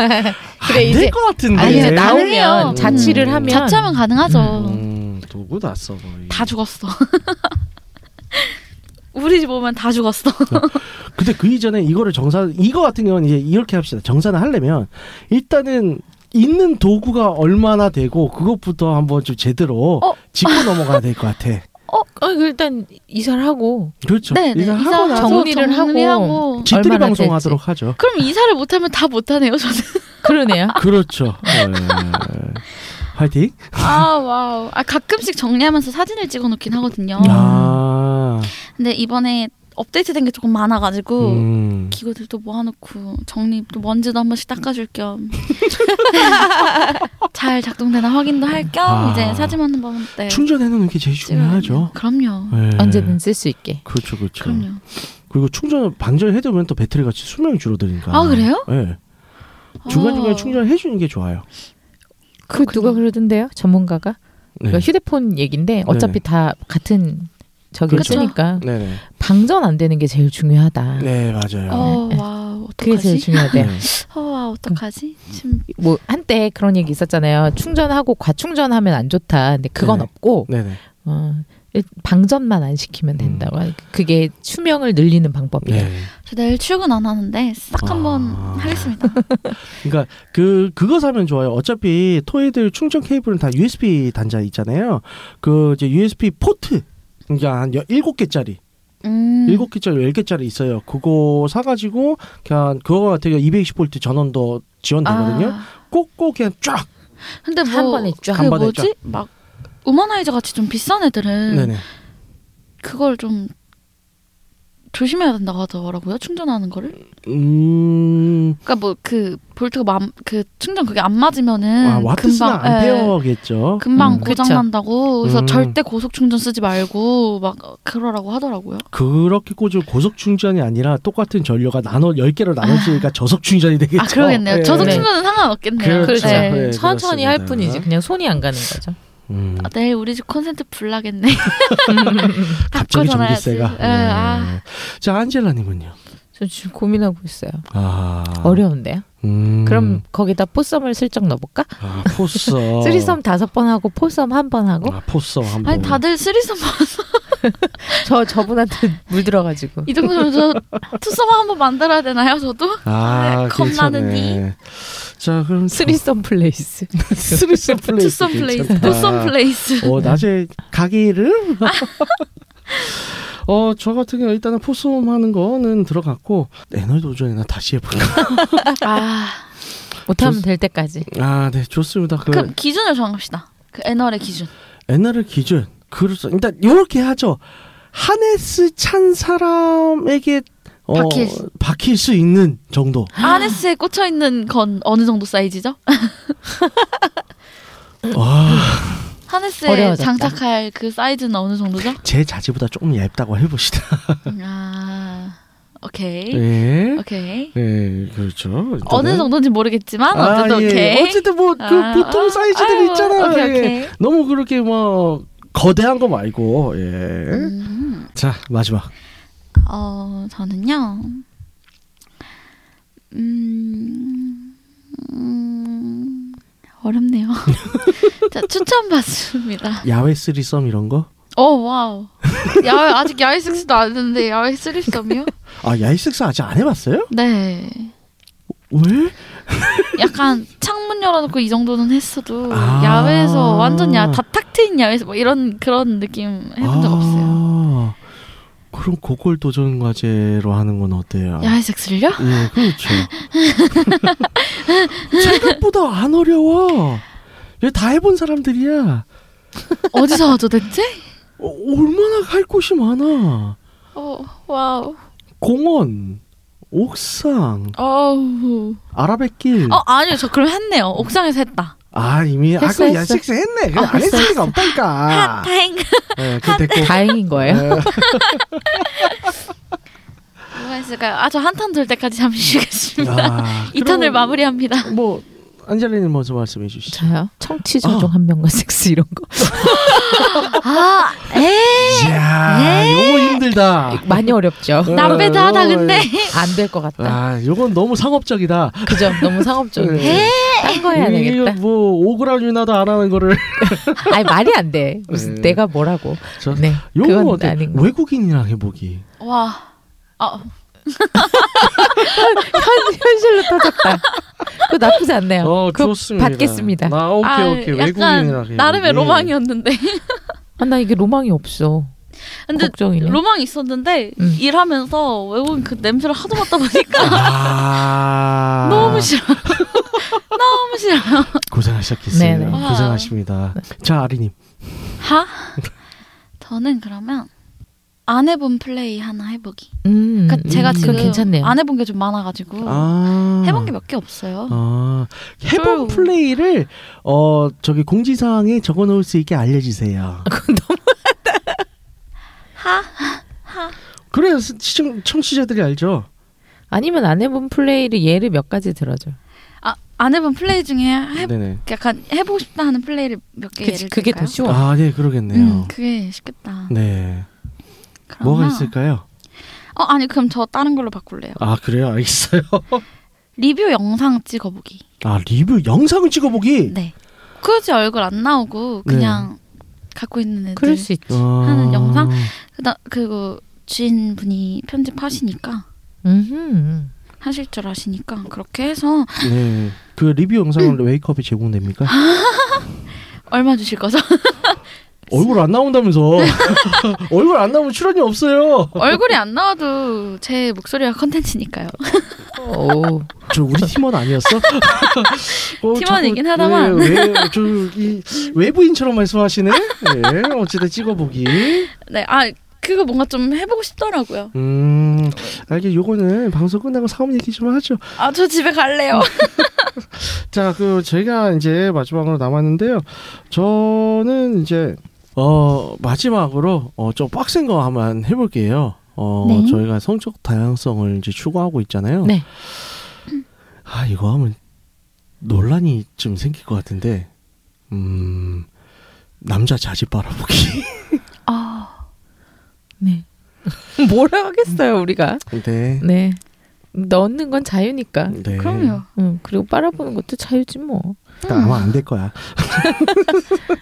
B: 안
D: 이제-
B: 될 것 같은데.
D: 아니,
C: 아니요,
D: 나오면
C: 가능해요.
D: 자취를
B: 음.
D: 하면
C: 자취하면 가능하죠.
B: 음, 누구 났어 거의.
C: 다 죽었어. 우리 집 오면 다 죽었어.
B: 근데 그 이전에 이거를 정산 이거 같은 경우는 이제 이렇게 합시다. 정산을 하려면 일단은 있는 도구가 얼마나 되고 그것부터 한번 좀 제대로
C: 어?
B: 짚고 넘어가야 될 것 같아.
D: 어, 어, 일단 이사를 하고
B: 그렇죠.
C: 네, 네.
B: 일단
C: 이사
B: 하고 나서
D: 정리를 하고
C: 정리하고.
B: 집들이
D: 얼마나
B: 방송하도록 하죠.
C: 그럼 이사를 못하면 다 못하네요. 저는.
D: 그러네요.
B: 그렇죠. 네. 화이팅.
C: 아 와우. 아 가끔씩 정리하면서 사진을 찍어놓긴 하거든요.
B: 아,
C: 근데 이번에 업데이트된 게 조금 많아가지고
B: 음.
C: 기구들도 모아놓고 정리 또 먼지도 한 번씩 닦아줄 겸 잘 작동되나 확인도 할 겸
B: 아.
C: 이제 사진만 한번 때
B: 충전해놓는 게 제일 중요하죠.
C: 그럼요.
B: 네.
D: 언제든 쓸 수 있게.
B: 그렇죠, 그렇죠.
C: 그럼요.
B: 그리고 충전 방전을 해두면 또 배터리 같이 수명이 줄어드니까.
C: 아, 그래요?
B: 네. 중간 중간
C: 어.
B: 에 충전해 주는 게 좋아요.
D: 그 누가 그러던데요? 전문가가
B: 네.
D: 그러니까 휴대폰 얘긴데 어차피
B: 네.
D: 다 같은 저기가
B: 그렇죠.
D: 뜨니까
B: 네네.
D: 방전 안 되는 게 제일 중요하다.
B: 네 맞아요.
C: 어
D: 네.
C: 와
D: 그게 제일
C: 어떡하지?
D: 중요하대요.
B: 네.
C: 어 와 어떡하지? 지금
D: 뭐 한때 그런 얘기 있었잖아요. 충전하고 과충전하면 안 좋다. 근데 그건
B: 네.
D: 없고
B: 네네.
D: 어, 일- 방전만 안 시키면 된다고. 그게 수명을 늘리는 방법이에요.
B: 음. 네.
C: 저 내일 출근 안 하는데 싹 한번
B: 아.
C: 하겠습니다.
B: 그러니까 그 그거 사면 좋아요. 어차피 토이들 충전 케이블은 다 USB 단자 있잖아요. 그 이제 USB 포트 그러니까 한 여- 일곱 개짜리,
C: 음.
B: 일곱 개짜리, 열 개짜리 있어요. 그거 사가지고 그냥 그거 같아요. 220V 전원도 지원되거든요.
C: 아.
B: 꼭꼭 그냥 쫙.
C: 근데 뭐
D: 한 번에 쫙.
C: 그
B: 한 번에
C: 뭐지? 막 우마나이저 같이 좀 비싼 애들은
B: 네네.
C: 그걸 좀 조심해야 된다고 하더라고요. 충전하는 거를.
B: 음.
C: 그러니까 뭐 그 볼트가 맘, 그 충전 그게 안 맞으면은
B: 아 와트수는
C: 음, 금방 예,
B: 안 되어겠죠.
C: 금방
D: 음.
C: 고장
D: 그쵸.
C: 난다고. 그래서
B: 음.
C: 절대 고속 충전 쓰지 말고 막 그러라고 하더라고요.
B: 그렇게 꽂을 고속 충전이 아니라 똑같은 전류가 나눠 10개로 나눠지니까 저속 충전이 되겠죠.
C: 아 그러겠네요.
B: 예.
C: 저속
D: 네.
C: 충전은 상관없겠네요.
B: 그렇죠.
C: 네.
B: 네,
D: 천천히 할
B: 그렇습니다.
D: 뿐이지 그냥 손이 안 가는 거죠.
B: 음,
C: 아, 내일 우리 집 콘센트 불나겠네.
B: 갑자기
C: 바꿔서
B: 전기세가.
C: 놔야지. 예, 아.
B: 네. 자, 안젤라님은요.
D: 저 지금 고민하고 있어요.
B: 아.
D: 어려운데요.
B: 음,
D: 그럼 거기다 포썸을 슬쩍 넣어볼까?
B: 아, 포썸.
D: 쓰리썸 다섯 번 하고 포썸 한 번 하고
B: 아, 포썸 한 번.
C: 아니 다들 쓰리썸
D: 저 저분한테 물들어가지고
C: 이 정도면 저 투썸 한번 만들어야 되나요? 저도?
B: 아,
C: 네, 겁나는
B: 괜찮네. 자, 그럼
D: 쓰리썸 플레이스.
B: 쓰리썸 플레이스.
C: 투썸 플레이스,
B: 괜찮다.
C: 투썸 플레이스.
B: 어, 낮에 가기를? 어, 저 같은 경우 일단은 포썸 하는 거는 들어갔고 에너지 도전이나 다시 해볼까?
C: 아.
D: 못하면 될 때까지.
B: 아, 네, 좋습니다. 그
C: 그럼 기준을 정합시다. 그 애널의 기준.
B: NR을 기준 그렇죠. 일단 요렇게 하죠. 하네스 찬 사람에게 어,
C: 박힐 수-
B: 박힐 수 있는 정도.
C: 하네스에 꽂혀 있는 건 어느 정도 사이즈죠?
B: 아, 와,
C: 하네스에
D: 어려워졌다.
C: 장착할 그 사이즈는 어느 정도죠?
B: 제 자지보다 조금 얇다고 해봅시다.
C: 아, 오케이.
B: 예.
C: 오케이.
B: 예, 그렇죠. 일단은.
C: 어느 정도인지 모르겠지만
B: 아,
C: 어쨌든
B: 예.
C: 오케이.
B: 어쨌든 뭐 그
C: 아,
B: 보통
C: 아,
B: 사이즈들
C: 아유,
B: 있잖아요.
C: 오케이,
B: 예.
C: 오케이.
B: 너무 그렇게 뭐 거대한 거 말고. 예.
C: 음,
B: 자 마지막.
C: 어, 저는요. 음, 음 어렵네요. 자, 추천받습니다.
B: 야외 쓰리썸 이런 거?
C: 오, 와우. 야외, 아직 야외 섹스도 안 했는데 야외 쓰리썸이요?
B: 아 야외 섹스 아직 안 해봤어요?
C: 네.
B: 왜?
C: 약간 창문 열어놓고 이 정도는 했어도
B: 아.
C: 야외에서 완전 야, 다탁 트인 야외에서 뭐 이런 그런 느낌 해본
B: 아.
C: 적 없어요.
B: 없어요. 아, 그럼 고골 도전 과제로 하는 건 어때요?
C: 야외 섹스를요?
B: 예, 그렇죠. 생각보다 안 어려워. 얘다 해본 사람들이야.
C: 어디서 하죠 대체?
B: 어, 얼마나 갈 곳이 많아.
C: 어, 와우.
B: 공원, 옥상,
C: 어우.
B: 아라뱃길.
C: 어, 아니요. 저 그럼 했네요. 옥상에서 했다.
B: 아 이미
D: 했어,
B: 아까
D: 했어.
B: 야식스 했네. 그거
D: 어,
B: 안
D: 했어,
B: 했을 리가 없다니까.
C: 다행.
B: 예, 그 됐고.
D: 다행인 거예요.
B: 예.
C: 뭐가 있을까요? 아, 저 한탄 돌 때까지 잠시 쉬겠습니다.
B: 아,
C: 이 2탄을
B: 그럼
C: 마무리합니다.
B: 뭐 안젤리님 먼저 말씀해 주시죠.
D: 저요? 청취자
B: 아.
D: 중 한 명과 섹스 이런 거.
C: 아, 에
B: 이야, 요거
C: 예.
B: 힘들다.
D: 많이 어렵죠.
C: 남배도 하다 근데.
D: 안 될 것 같다.
B: 아, 요건 너무 상업적이다.
D: 그죠? 너무 상업적이고.
B: 네.
D: 딴거 해야
B: 이거
D: 되겠다.
B: 뭐 5g이나도 안 하는 거를.
D: 아니, 말이 안 돼. 무슨
B: 네.
D: 내가 뭐라고.
B: 저-
D: 네.
B: 요거
D: 그건
B: 어때?
D: 아닌 거.
B: 외국인이랑 해보기.
C: 와. 아,
D: 현, 현실로 터졌다. 그거 나쁘지 않네요.
B: 어,
D: 그거
B: 좋습니다.
D: 받겠습니다.
B: 아, 오케이
C: 아,
B: 오케이 네.
C: 약간
B: 외국인이랑 해보기. 예.
C: 나름의 로망이었는데.
B: 어.
D: 아, 나 이게 로망이 없어.
C: 근데
D: 걱정이네.
C: 로망이 있었는데
D: 음.
C: 일하면서 외국인 그 냄새를 하도 맡다 보니까
B: 아,
C: 너무 싫어. 너무 싫어.
B: 고생하셨겠어요.
D: 네네.
C: 와.
B: 고생하십니다. 자 아리님.
C: 하? 저는 그러면 안 해본 플레이 하나 해보기.
D: 음,
C: 그러니까 제가
D: 음,
C: 지금
D: 그거 괜찮네요.
C: 안 해본 게 좀 많아가지고
B: 아,
C: 어, 해본 게 몇 개 없어요.
B: 아,
C: 쫄.
B: 해본 플레이를 어 저기 공지사항에 적어놓을 수 있게 알려주세요.
D: 아, 그건 너무
C: 하?
B: 그래 시청 청취자들이 알죠.
D: 아니면 안 해본 플레이를 예를 몇 가지 들어줘.
C: 아, 안 해본 플레이 중에 아, 해,
B: 네네.
C: 약간 해보고 싶다 하는 플레이를 몇 개
D: 그치,
C: 예를
D: 그게 더
C: 들까요?
D: 쉬워.
B: 아, 네 그러겠네요.
C: 음, 그게 쉽겠다.
B: 네.
C: 그러면
B: 뭐가 있을까요?
C: 어 아니 그럼 저 다른 걸로 바꿀래요.
B: 아 그래요, 알겠어요.
C: 리뷰 영상 찍어보기.
B: 아 리뷰 영상을 찍어보기.
C: 네. 굳이 얼굴 안 나오고 그냥 갖고 있는 애들.
D: 네. 그럴 수 있지.
C: 네.
B: 아,
C: 하는 영상? 그다 그리고 주인분이 편집하시니까
D: 음흠.
C: 하실 줄 아시니까 그렇게 해서
B: 네. 그 리뷰 영상은
C: 음.
B: 웨이크업이 제공됩니까?
C: 아, 얼마 주실 거죠?
B: 얼굴 안 나온다면서?
C: 네.
B: 얼굴 안 나오면 출연이 없어요.
C: 얼굴이 안 나와도 제 목소리가 컨텐츠니까요.
D: 오.
B: 저 우리 팀원 아니었어? 어,
C: 팀원이긴
B: 자꾸,
C: 하다만.
B: 예, 외, 저이 외부인처럼 말씀하시네. 예, 어쨌든 찍어보기.
C: 네, 아 그거 뭔가 좀 해보고 싶더라고요.
B: 음, 알게 요거는 방송 끝나고 사업 얘기 좀 하죠.
C: 아 저 집에
D: 음.
C: 갈래요.
B: 자, 그 저희가 이제 마지막으로 남았는데요. 저는 이제 어 마지막으로 어좀 빡센 거 한번 해볼게요. 어
C: 네.
B: 저희가 성적 다양성을 이제 추구하고 있잖아요.
D: 네.
B: 아 이거 하면 논란이 좀 생길 것 같은데, 음 남자 자지 빨아보기.
C: 아
D: 네. 뭐라 하겠어요, 우리가.
B: 네.
D: 네. 넣는 건 자유니까.
B: 네.
C: 그럼요.
D: 음, 그리고 빨아보는 것도 자유지 뭐.
B: 그러니까 아마 안 될 거야.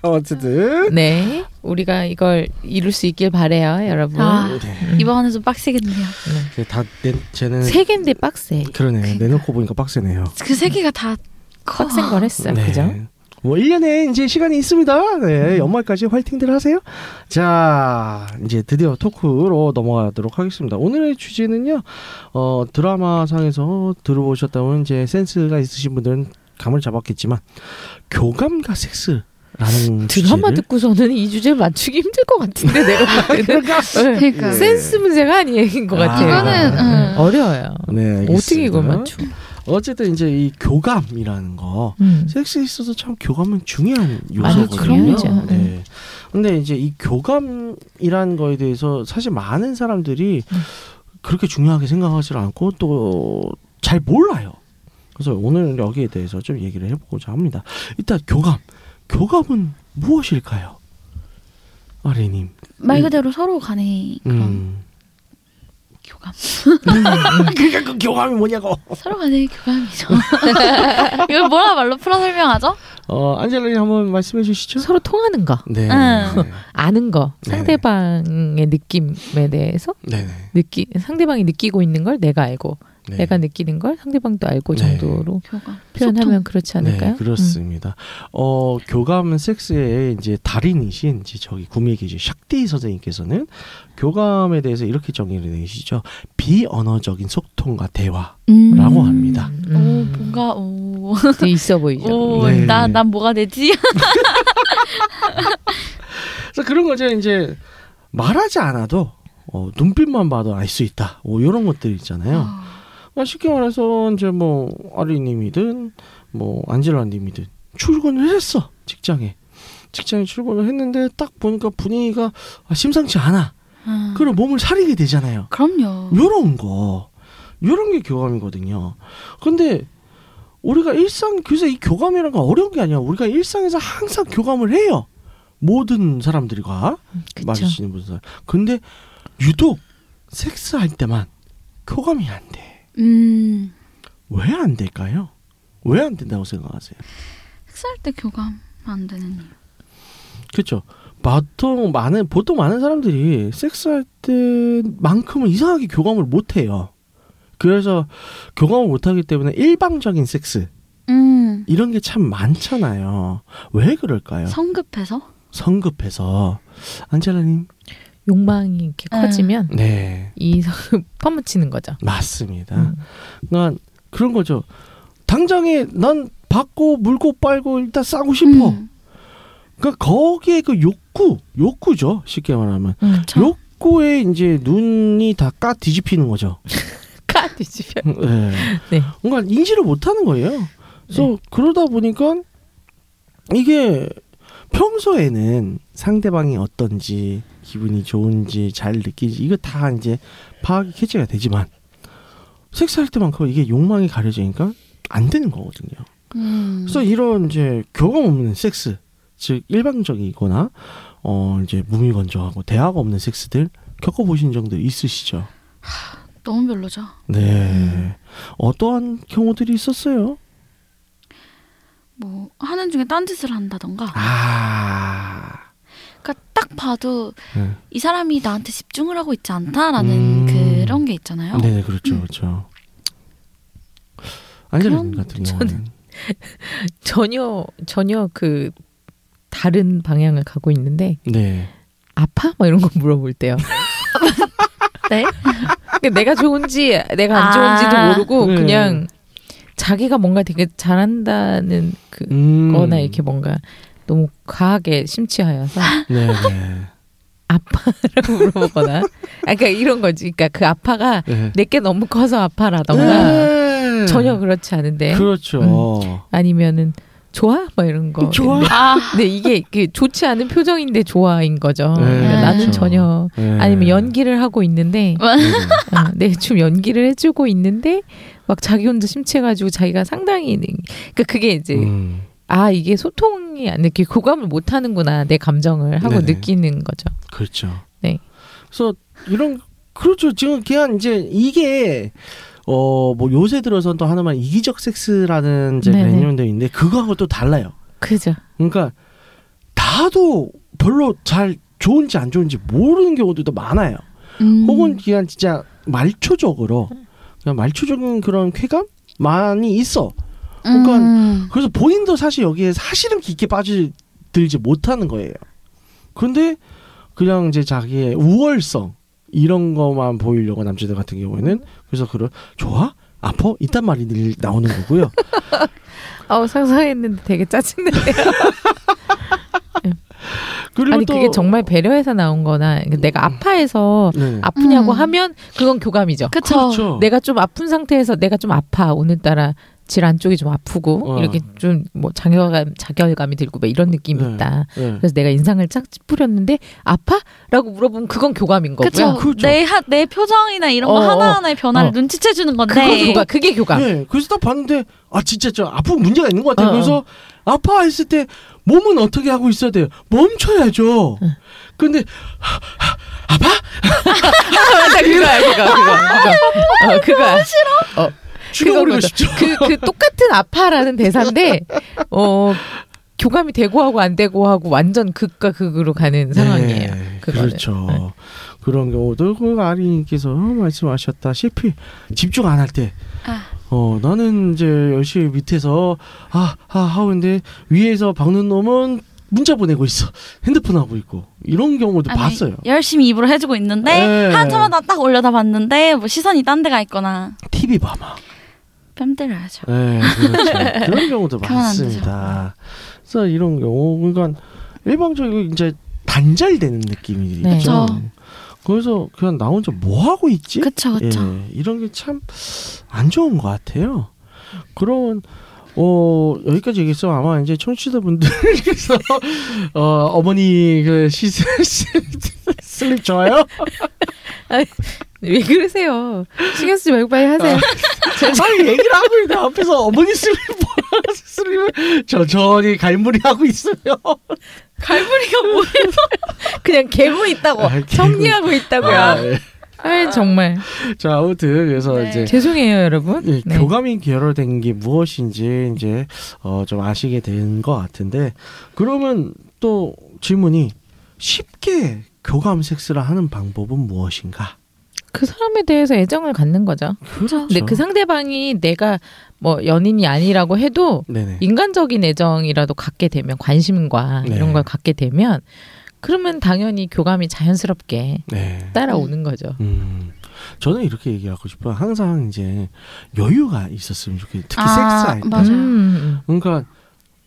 B: 어쨌든.
D: 네. 우리가 이걸 이룰 수 있길 바래요, 여러분.
C: 아
B: 네.
D: 음.
C: 이번에는 좀 빡세겠네요.
B: 다 내, 쟤는
D: 세 개인데 빡세.
B: 그러네.
C: 그러니까.
B: 내놓고 보니까 빡세네요.
C: 그 세 개가 다 커.
D: 빡센 걸 했어. 그죠? 음.
B: 뭐 1년에 이제 시간이 있습니다. 네, 연말까지 화이팅들 하세요. 자, 이제 드디어 토크로 넘어가도록 하겠습니다. 오늘의 주제는요. 어, 드라마상에서 들어보셨다면 이제 센스가 있으신 분들은 감을 잡았겠지만 교감과
D: 드라마
B: 섹스라는 주제를
D: 듣고서는 이 주제 맞추기 힘들 것 같은데, 내가 볼 때는. 네.
C: 그러니까
B: 예.
D: 센스 문제가 아닌 것
B: 아.
D: 같아요.
C: 이거는, 응.
D: 어려워요.
B: 네, 알겠습니다.
D: 어떻게 이걸 맞춰?
B: 어쨌든 이제 이 교감이라는 거
D: 음.
B: 섹스에 있어서 참 교감은 중요한
D: 아니,
B: 요소거든요.
D: 그럼요.
B: 네. 근데 이제 이 교감이라는 거에 대해서 사실 많은 사람들이
D: 음.
B: 그렇게 중요하게 생각하지 않고 또 잘 몰라요. 그래서 오늘 여기에 대해서 좀 얘기를 해보고자 합니다. 일단 교감, 교감은 무엇일까요, 아리님?
C: 말
B: 음.
C: 그대로 서로 간의 그런
B: 음.
C: 교감.
B: 그러니까 그 교감이 뭐냐고.
C: 서로 간의 교감이죠. 이걸 뭐라 말로 풀어 설명하죠?
B: 어 안젤라님 한번 말씀해 주시죠.
D: 음. 서로 통하는 거,
B: 네.
C: 응.
D: 아는 거,
B: 네네.
D: 상대방의 느낌에 대해서
B: 네네.
D: 느끼 상대방이 느끼고 있는 걸 내가 알고
B: 네.
D: 내가 느끼는 걸 상대방도 알고
B: 네.
D: 정도로
C: 교감.
D: 표현하면 그렇지 않을까요?
B: 네, 그렇습니다. 어, 교감 섹스의 이제 달인이신 이제 저기 구미의 계신 샥디 선생님께서는 교감에 대해서 이렇게 정의를 내시죠. 비언어적인 소통과 대화.
C: 음.
B: 라고 합니다.
C: 오 뭔가 오.
D: 음. 되게 있어 보이죠.
C: 오,
B: 네.
C: 나, 난 뭐가 되지?
B: 그래서 그런 거죠. 이제 말하지 않아도 어, 눈빛만 봐도 알 수 있다. 뭐 이런 것들 있잖아요. 아, 쉽게 말해서 이제 뭐 아리님이든 뭐 안젤라님이든 출근을 했어 직장에 직장에 출근을 했는데 딱 보니까 분위기가 아, 심상치 않아
C: 음.
B: 그럼 몸을 사리게 되잖아요
C: 그럼요.
B: 어. 요런 거 요런 게 교감이거든요 근데 우리가 일상 그래서 이 교감이란 건 어려운 게 아니야 우리가 일상에서 항상 교감을 해요 모든 사람들과
D: 그렇죠.
B: 마주치는 분들 근데 유독 섹스할 때만 교감이 안돼
C: 음.
B: 왜 안 될까요? 왜 안 된다고 생각하세요?
C: 섹스할 때 교감 안 되는 이유.
B: 그렇죠. 보통 많은 보통 많은 사람들이 섹스할 때만큼은 이상하게 교감을 못 해요. 그래서 교감을 못 하기 때문에 일방적인 섹스
C: 음.
B: 이런 게 참 많잖아요. 왜 그럴까요?
C: 성급해서?
B: 성급해서 안젤라님.
D: 욕망이 이렇게
C: 음.
D: 커지면
B: 네,
D: 이 성- 퍼묻히는 거죠.
B: 맞습니다.
D: 음.
B: 그러니까 그런 거죠. 당장에 난 받고 물고 빨고 일단 싸고 싶어.
C: 음.
B: 그러니까 거기에 그 욕구, 욕구죠. 쉽게 말하면
D: 음.
C: 저-
B: 욕구에 이제 눈이 다 까 뒤집히는 거죠.
D: 카 뒤집혀.
B: 예.
D: 네.
B: 뭔가 인지를 못하는 거예요. 그래서 그러다 보니까 이게 평소에는 상대방이 어떤지 기분이 좋은지 잘 느끼지 이거 다 이제 파악이 캐치가 되지만 섹스할 때만큼 이게 욕망이 가려지니까 안 되는 거거든요.
C: 음.
B: 그래서 이런 이제 교감 없는 섹스, 즉 일방적이거나 어 이제 무미건조하고 대화가 없는 섹스들 겪어보신 적도 있으시죠?
C: 너무 별로죠.
D: 음.
B: 네. 어떠한 경우들이 있었어요?
C: 뭐 하는 중에 딴짓을 한다던가.
B: 아.
C: 그러니까 딱 봐도
B: 네.
C: 이 사람이 나한테 집중을 하고 있지 않다라는
B: 음.
C: 그런 게 있잖아요.
B: 네네
D: 음.
B: 그렇죠 그렇죠. 안젤라님
C: 그럼
B: 같은
D: 저는-
B: 경우는
D: 전혀 전혀 그 다른 방향을 가고 있는데
B: 네.
D: 아파? 막 이런 거 물어볼 때요.
C: 네?
D: 그러니까 내가 좋은지 내가 안
C: 아.
D: 좋은지도 모르고
B: 네.
D: 그냥 자기가 뭔가 되게 잘한다는 그거나
B: 음.
D: 이렇게 뭔가 너무 과하게 심취하여서
B: 네네.
D: 아파라고 물어보거나 아, 그러니까 이런 거지. 그러니까 그 아파가
B: 네.
D: 내게 너무 커서 아파라던가
B: 네.
D: 전혀 그렇지 않은데
B: 그렇죠.
D: 아니면은 좋아? 막 이런 거.
B: 그 좋아?
C: 아,
D: 근데 이게 그 좋지 않은 표정인데 좋아인 거죠.
B: 네,
D: 그러니까 나는
C: 그렇죠.
D: 전혀
B: 네.
D: 아니면 연기를 하고 있는데
B: 네네.
D: 어, 네, 좀 연기를 해주고 있는데 막 자기 혼자 심취해가지고 자기가 상당히 그러니까 그게 이제
B: 음.
D: 아 이게 소통이 안 이렇게 교감을 못 하는구나 내 감정을 하고
B: 네네.
D: 느끼는 거죠.
B: 그렇죠.
D: 네.
B: 그래서 이런 그렇죠. 지금 그냥 이제 이게 어 뭐 요새 들어선 또 하나만 이기적 섹스라는 이제
D: 네네.
B: 개념도 있는데 그거하고 또 달라요.
D: 그죠.
B: 그러니까 다도 별로 잘 좋은지 안 좋은지 모르는 경우도 더 많아요.
C: 음.
B: 혹은 그냥 진짜 말초적으로 그냥 말초적인 그런 쾌감 많이 있어. 그러니까
C: 음.
B: 그래서 본인도 사실 여기에 사실은 깊게 빠져들지 못하는 거예요. 근데 그냥 이제 자기의 우월성 이런 거만 보이려고 남자들 같은 경우에는 그래서 그런 좋아? 아파? 이딴 말이 늘 나오는 거고요.
D: 어 상상했는데 되게 짜증나네요.
B: 그리고
D: 아니
B: 또
D: 그게 정말 배려해서 나온 거나 내가 아파해서
B: 네.
D: 아프냐고
C: 음.
D: 하면 그건 교감이죠.
C: 그쵸.
B: 그렇죠.
D: 내가 좀 아픈 상태에서 내가 좀 아파 오늘따라 질안 쪽이 좀 아프고
B: 어.
D: 이렇게 좀 뭐 자결감 자결감이 들고 막 이런 느낌이
B: 네.
D: 있다.
B: 네.
D: 그래서 내가 인상을 쫙 찌푸렸는데 아파라고 물어보면 그건 교감인 거고요.
C: 그쵸.
B: 그렇죠.
C: 내, 하, 내 표정이나 이런 거
D: 어, 어.
C: 하나하나의 변화를
D: 어.
C: 눈치채주는 건데.
D: 그거 교감 그게 교감.
B: 네, 그래서 딱 봤는데 아 진짜 저 아픈 문제가 있는 것 같아요.
D: 어,
B: 그래서 아파 했을 때 몸은 어떻게 하고 있어야 돼요? 멈춰야죠. 근데
D: 맞아 그거야 그거 그거. 어, 그거야. 싫어.
B: 죽여버리고
D: 그거죠.
B: 싶죠.
D: 그, 그 똑같은 아파라는 대사인데 어 교감이 되고 하고 안 되고 하고 완전 극과 극으로 가는 상황이에요.
B: 네,
D: 그거는.
B: 그렇죠.
D: 네.
B: 그런 경우도 그 아리님께서 말씀하셨다시피 집중 안 할 때.
C: 아.
B: 어 나는 이제 열심히 밑에서 아아 하는데 위에서 박는 놈은 문자 보내고 있어 핸드폰 하고 있고 이런 경우도
C: 아니,
B: 봤어요.
C: 열심히 입으로 해주고 있는데
B: 네.
C: 한참마다 딱 올려다 봤는데 뭐 시선이 딴 데가 있거나
B: TV 봐마.
C: 뺨 때려야죠.
B: 네, 그렇죠. 그런 경우도
C: 가만 안
B: 많습니다. 그래서 이런 경우, 그러니까 일방적으로 이제 단절되는 느낌이
D: 네.
B: 있죠.
C: 그쵸.
B: 그래서 그냥 나 혼자 뭐 하고 있지?
C: 그렇죠. 그쵸 그쵸.
B: 예, 이런 게 참 안 좋은 것 같아요. 그런 어 여기까지 얘기했으면 아마 이제 청취자분들께서 어 어머니 그 시스 슬립 좋아요?
D: 왜 그러세요? 신경 쓰지 말고 빨리
B: 아.
D: 하세요.
B: 아니 얘기를 하고 있는데 앞에서 어머니 슬립 뭐라 슬립을 천천히 갈무리 하고 있어요.
D: 갈무리가 뭐예요? 그냥 개고 있다고
B: 아, 개고
D: 정리하고 있다고요.
B: 아,
D: 아,
B: 예.
D: 정말
B: 자 아무튼 그래서
C: 네.
B: 이제
D: 죄송해요 여러분.
B: 예,
D: 네.
B: 교감이 결여된 게 무엇인지 이제 어, 좀 아시게 된 것 같은데 그러면 또 질문이 쉽게 교감 섹스를 하는 방법은 무엇인가?
D: 그 사람에 대해서 애정을 갖는 거죠.
B: 그렇죠.
D: 근데 그 상대방이 내가 뭐 연인이 아니라고 해도
B: 네네.
D: 인간적인 애정이라도 갖게 되면 관심과
B: 네.
D: 이런 걸 갖게 되면 그러면 당연히 교감이 자연스럽게
B: 네.
D: 따라오는 거죠.
B: 음, 저는 이렇게 얘기하고 싶어요. 항상 이제 여유가 있었으면 좋겠어요. 특히
C: 아,
B: 섹스할 때.
C: 맞아요.
D: 음.
B: 그러니까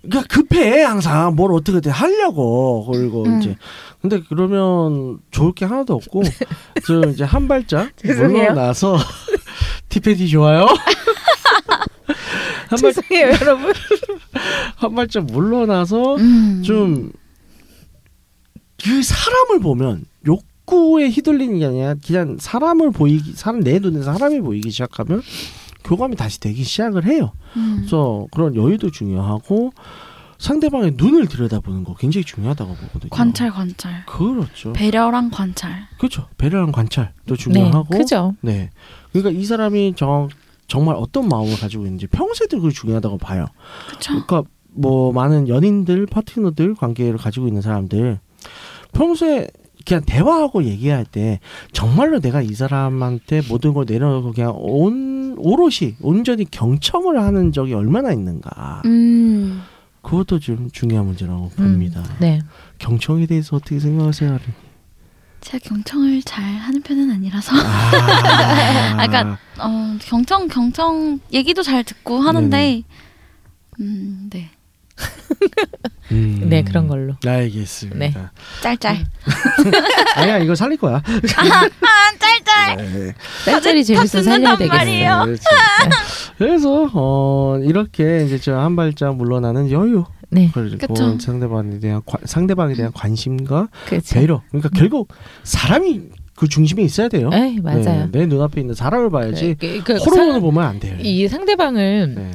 B: 그러니까 급해 항상 뭘 어떻게든 하려고 그리고
C: 음.
B: 이제 근데 그러면 좋을 게 하나도 없고 저 이제 한 발짝
D: 네. 죄송해요.
B: 물러나서 티패디 좋아요 한, 발,
D: 죄송해요 여러분.
B: 한 발짝 물러나서
C: 음.
B: 좀 그 사람을 보면 욕구에 휘둘리는 게 아니라 그냥 사람을 보이기 사람 내 눈에 사람이 보이기 시작하면 교감이 다시 되기 시작을 해요.
C: 음.
B: 그래서 그런 여유도 중요하고 상대방의 눈을 들여다보는 거 굉장히 중요하다고 보거든요.
C: 관찰 관찰.
B: 그렇죠.
C: 배려랑 관찰.
B: 그렇죠. 배려랑
D: 네,
B: 관찰도 중요하고.
D: 그죠.
B: 네. 그러니까 이 사람이 정, 정말 어떤 마음을 가지고 있는지 평소에도 그게 중요하다고 봐요.
C: 그쵸.
B: 그러니까 뭐 많은 연인들, 파트너들 관계를 가지고 있는 사람들 평소에 그냥 대화하고 얘기할 때 정말로 내가 이 사람한테 모든 걸 내려놓고 그냥 온 오롯이 온전히 경청을 하는 적이 얼마나 있는가.
C: 음.
B: 그것도 좀 중요한 문제라고
D: 음,
B: 봅니다.
D: 네.
B: 경청에 대해서 어떻게 생각하세요?
C: 제가 경청을 잘 하는 편은 아니라서
B: 아,
C: 아까- 어, 경청 경청 얘기도 잘 듣고 하는데 음, 네.
B: 음.
D: 네, 그런 걸로.
B: 알겠습니다.
D: 네.
C: 짤짤.
B: 음. 아니야 이거 살릴 거야.
C: 아, 짤짤.
B: 네.
D: 짤짤이 재밌어 살려야
C: 듣는단
D: 되겠어요.
C: 말이에요. 그래요?
B: 그렇지. 그래서 어, 이렇게 이제 저 한 발짝 물러나는 여유
D: 네,
B: 그리고
C: 그쵸.
B: 상대방에 대한 관, 상대방에 대한 관심과
D: 그렇죠.
B: 배려. 그러니까 결국 사람이 그 중심에 있어야 돼요.
D: 에이, 맞아요.
B: 네, 내 눈앞에 있는 사람을 봐야지
D: 그, 그, 그
B: 호르몬을
D: 상-
B: 보면 안 돼요.
D: 이 상대방을
B: 네.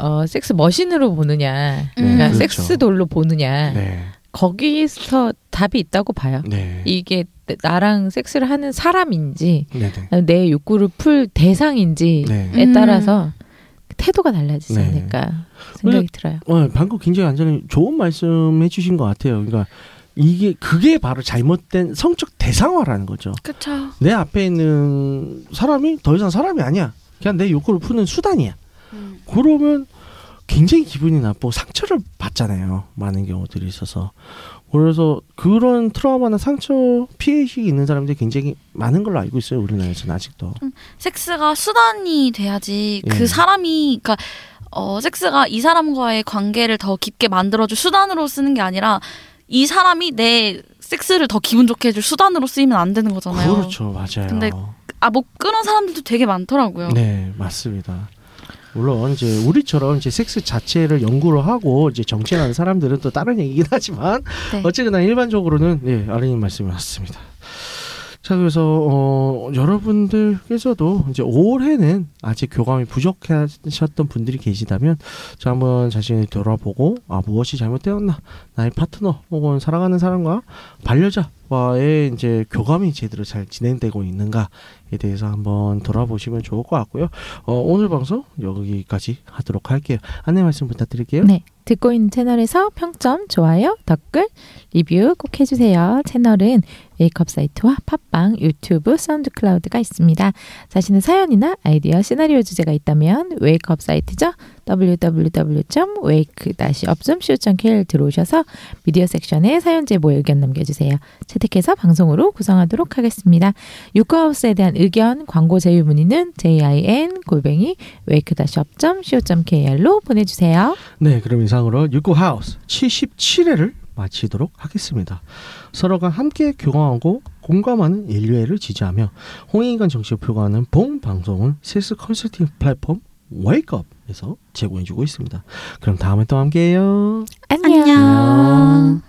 D: 어, 섹스 머신으로 보느냐,
B: 네,
D: 그러니까
B: 그렇죠.
D: 섹스 돌로 보느냐
B: 네.
D: 거기서 답이 있다고 봐요.
B: 네.
D: 이게 나랑 섹스를 하는 사람인지
B: 네. 네.
D: 내 욕구를 풀 대상인지에
B: 네.
C: 음.
D: 따라서 태도가 달라지지
B: 네.
D: 않을까 생각이 들어요.
B: 어, 방금 굉장히 안전히 좋은 말씀 해주신 것 같아요. 그러니까 이게 그게 바로 잘못된 성적 대상화라는 거죠.
C: 그쵸.
B: 내 앞에 있는 사람이 더 이상 사람이 아니야. 그냥 내 욕구를 푸는 수단이야.
C: 음.
B: 그러면 굉장히 기분이 나쁘고 상처를 받잖아요. 많은 경우들이 있어서. 그래서 그런 트라우마나 상처 피해식이 있는 사람들이 굉장히 많은 걸로 알고 있어요. 우리나라에서는 아직도.
C: 섹스가 수단이 돼야지
B: 예.
C: 그 사람이 그러니까 어 섹스가 이 사람과의 관계를 더 깊게 만들어줄 수단으로 쓰는 게 아니라
E: 이 사람이 내 섹스를 더 기분 좋게 해줄 수단으로 쓰이면 안 되는 거잖아요.
B: 그렇죠, 맞아요.
E: 근데 아, 뭐 끊은 사람들도 되게 많더라고요.
B: 네, 맞습니다. 물론 이제 우리처럼 이제 섹스 자체를 연구를 하고 이제 정치하는 사람들은 또 다른 얘기긴 하지만
C: 네.
B: 어쨌거나 일반적으로는 네, 아린님 말씀이 맞습니다. 자 그래서 어, 여러분들께서도 이제 올해는 아직 교감이 부족하셨던 분들이 계시다면 자 한번 자신을 돌아보고 아 무엇이 잘못되었나 나의 파트너 혹은 사랑하는 사람과 반려자와의 이제 교감이 제대로 잘 진행되고 있는가에 대해서 한번 돌아보시면 좋을 것 같고요. 어, 오늘 방송 여기까지 하도록 할게요. 안내 말씀 부탁드릴게요.
D: 네. 듣고 있는 채널에서 평점, 좋아요, 댓글, 리뷰 꼭 해주세요. 채널은 웨이크업 사이트와 팟빵, 유튜브, 사운드 클라우드가 있습니다. 자신의 사연이나 아이디어, 시나리오 주제가 있다면 웨이크업 사이트죠. www.wake-up.co.kr 들어오셔서 미디어 섹션에 사연 제보 의견 남겨주세요. 채택해서 방송으로 구성하도록 하겠습니다. 유커하우스에 대한 의견, 광고 제휴 문의는 jin-골뱅이 wake-up.co.kr로 보내주세요.
B: 네, 그럼 이상으로 육구하우스 77회를 마치도록 하겠습니다. 서로가 함께 교감하고 공감하는 인류애를 지지하며 홍익인간 정치를 표방하는 본 방송은 실스 컨설팅 플랫폼 웨이크업에서 제공해주고 있습니다. 그럼 다음에 또 함께해요.
D: 안녕.
E: 안녕.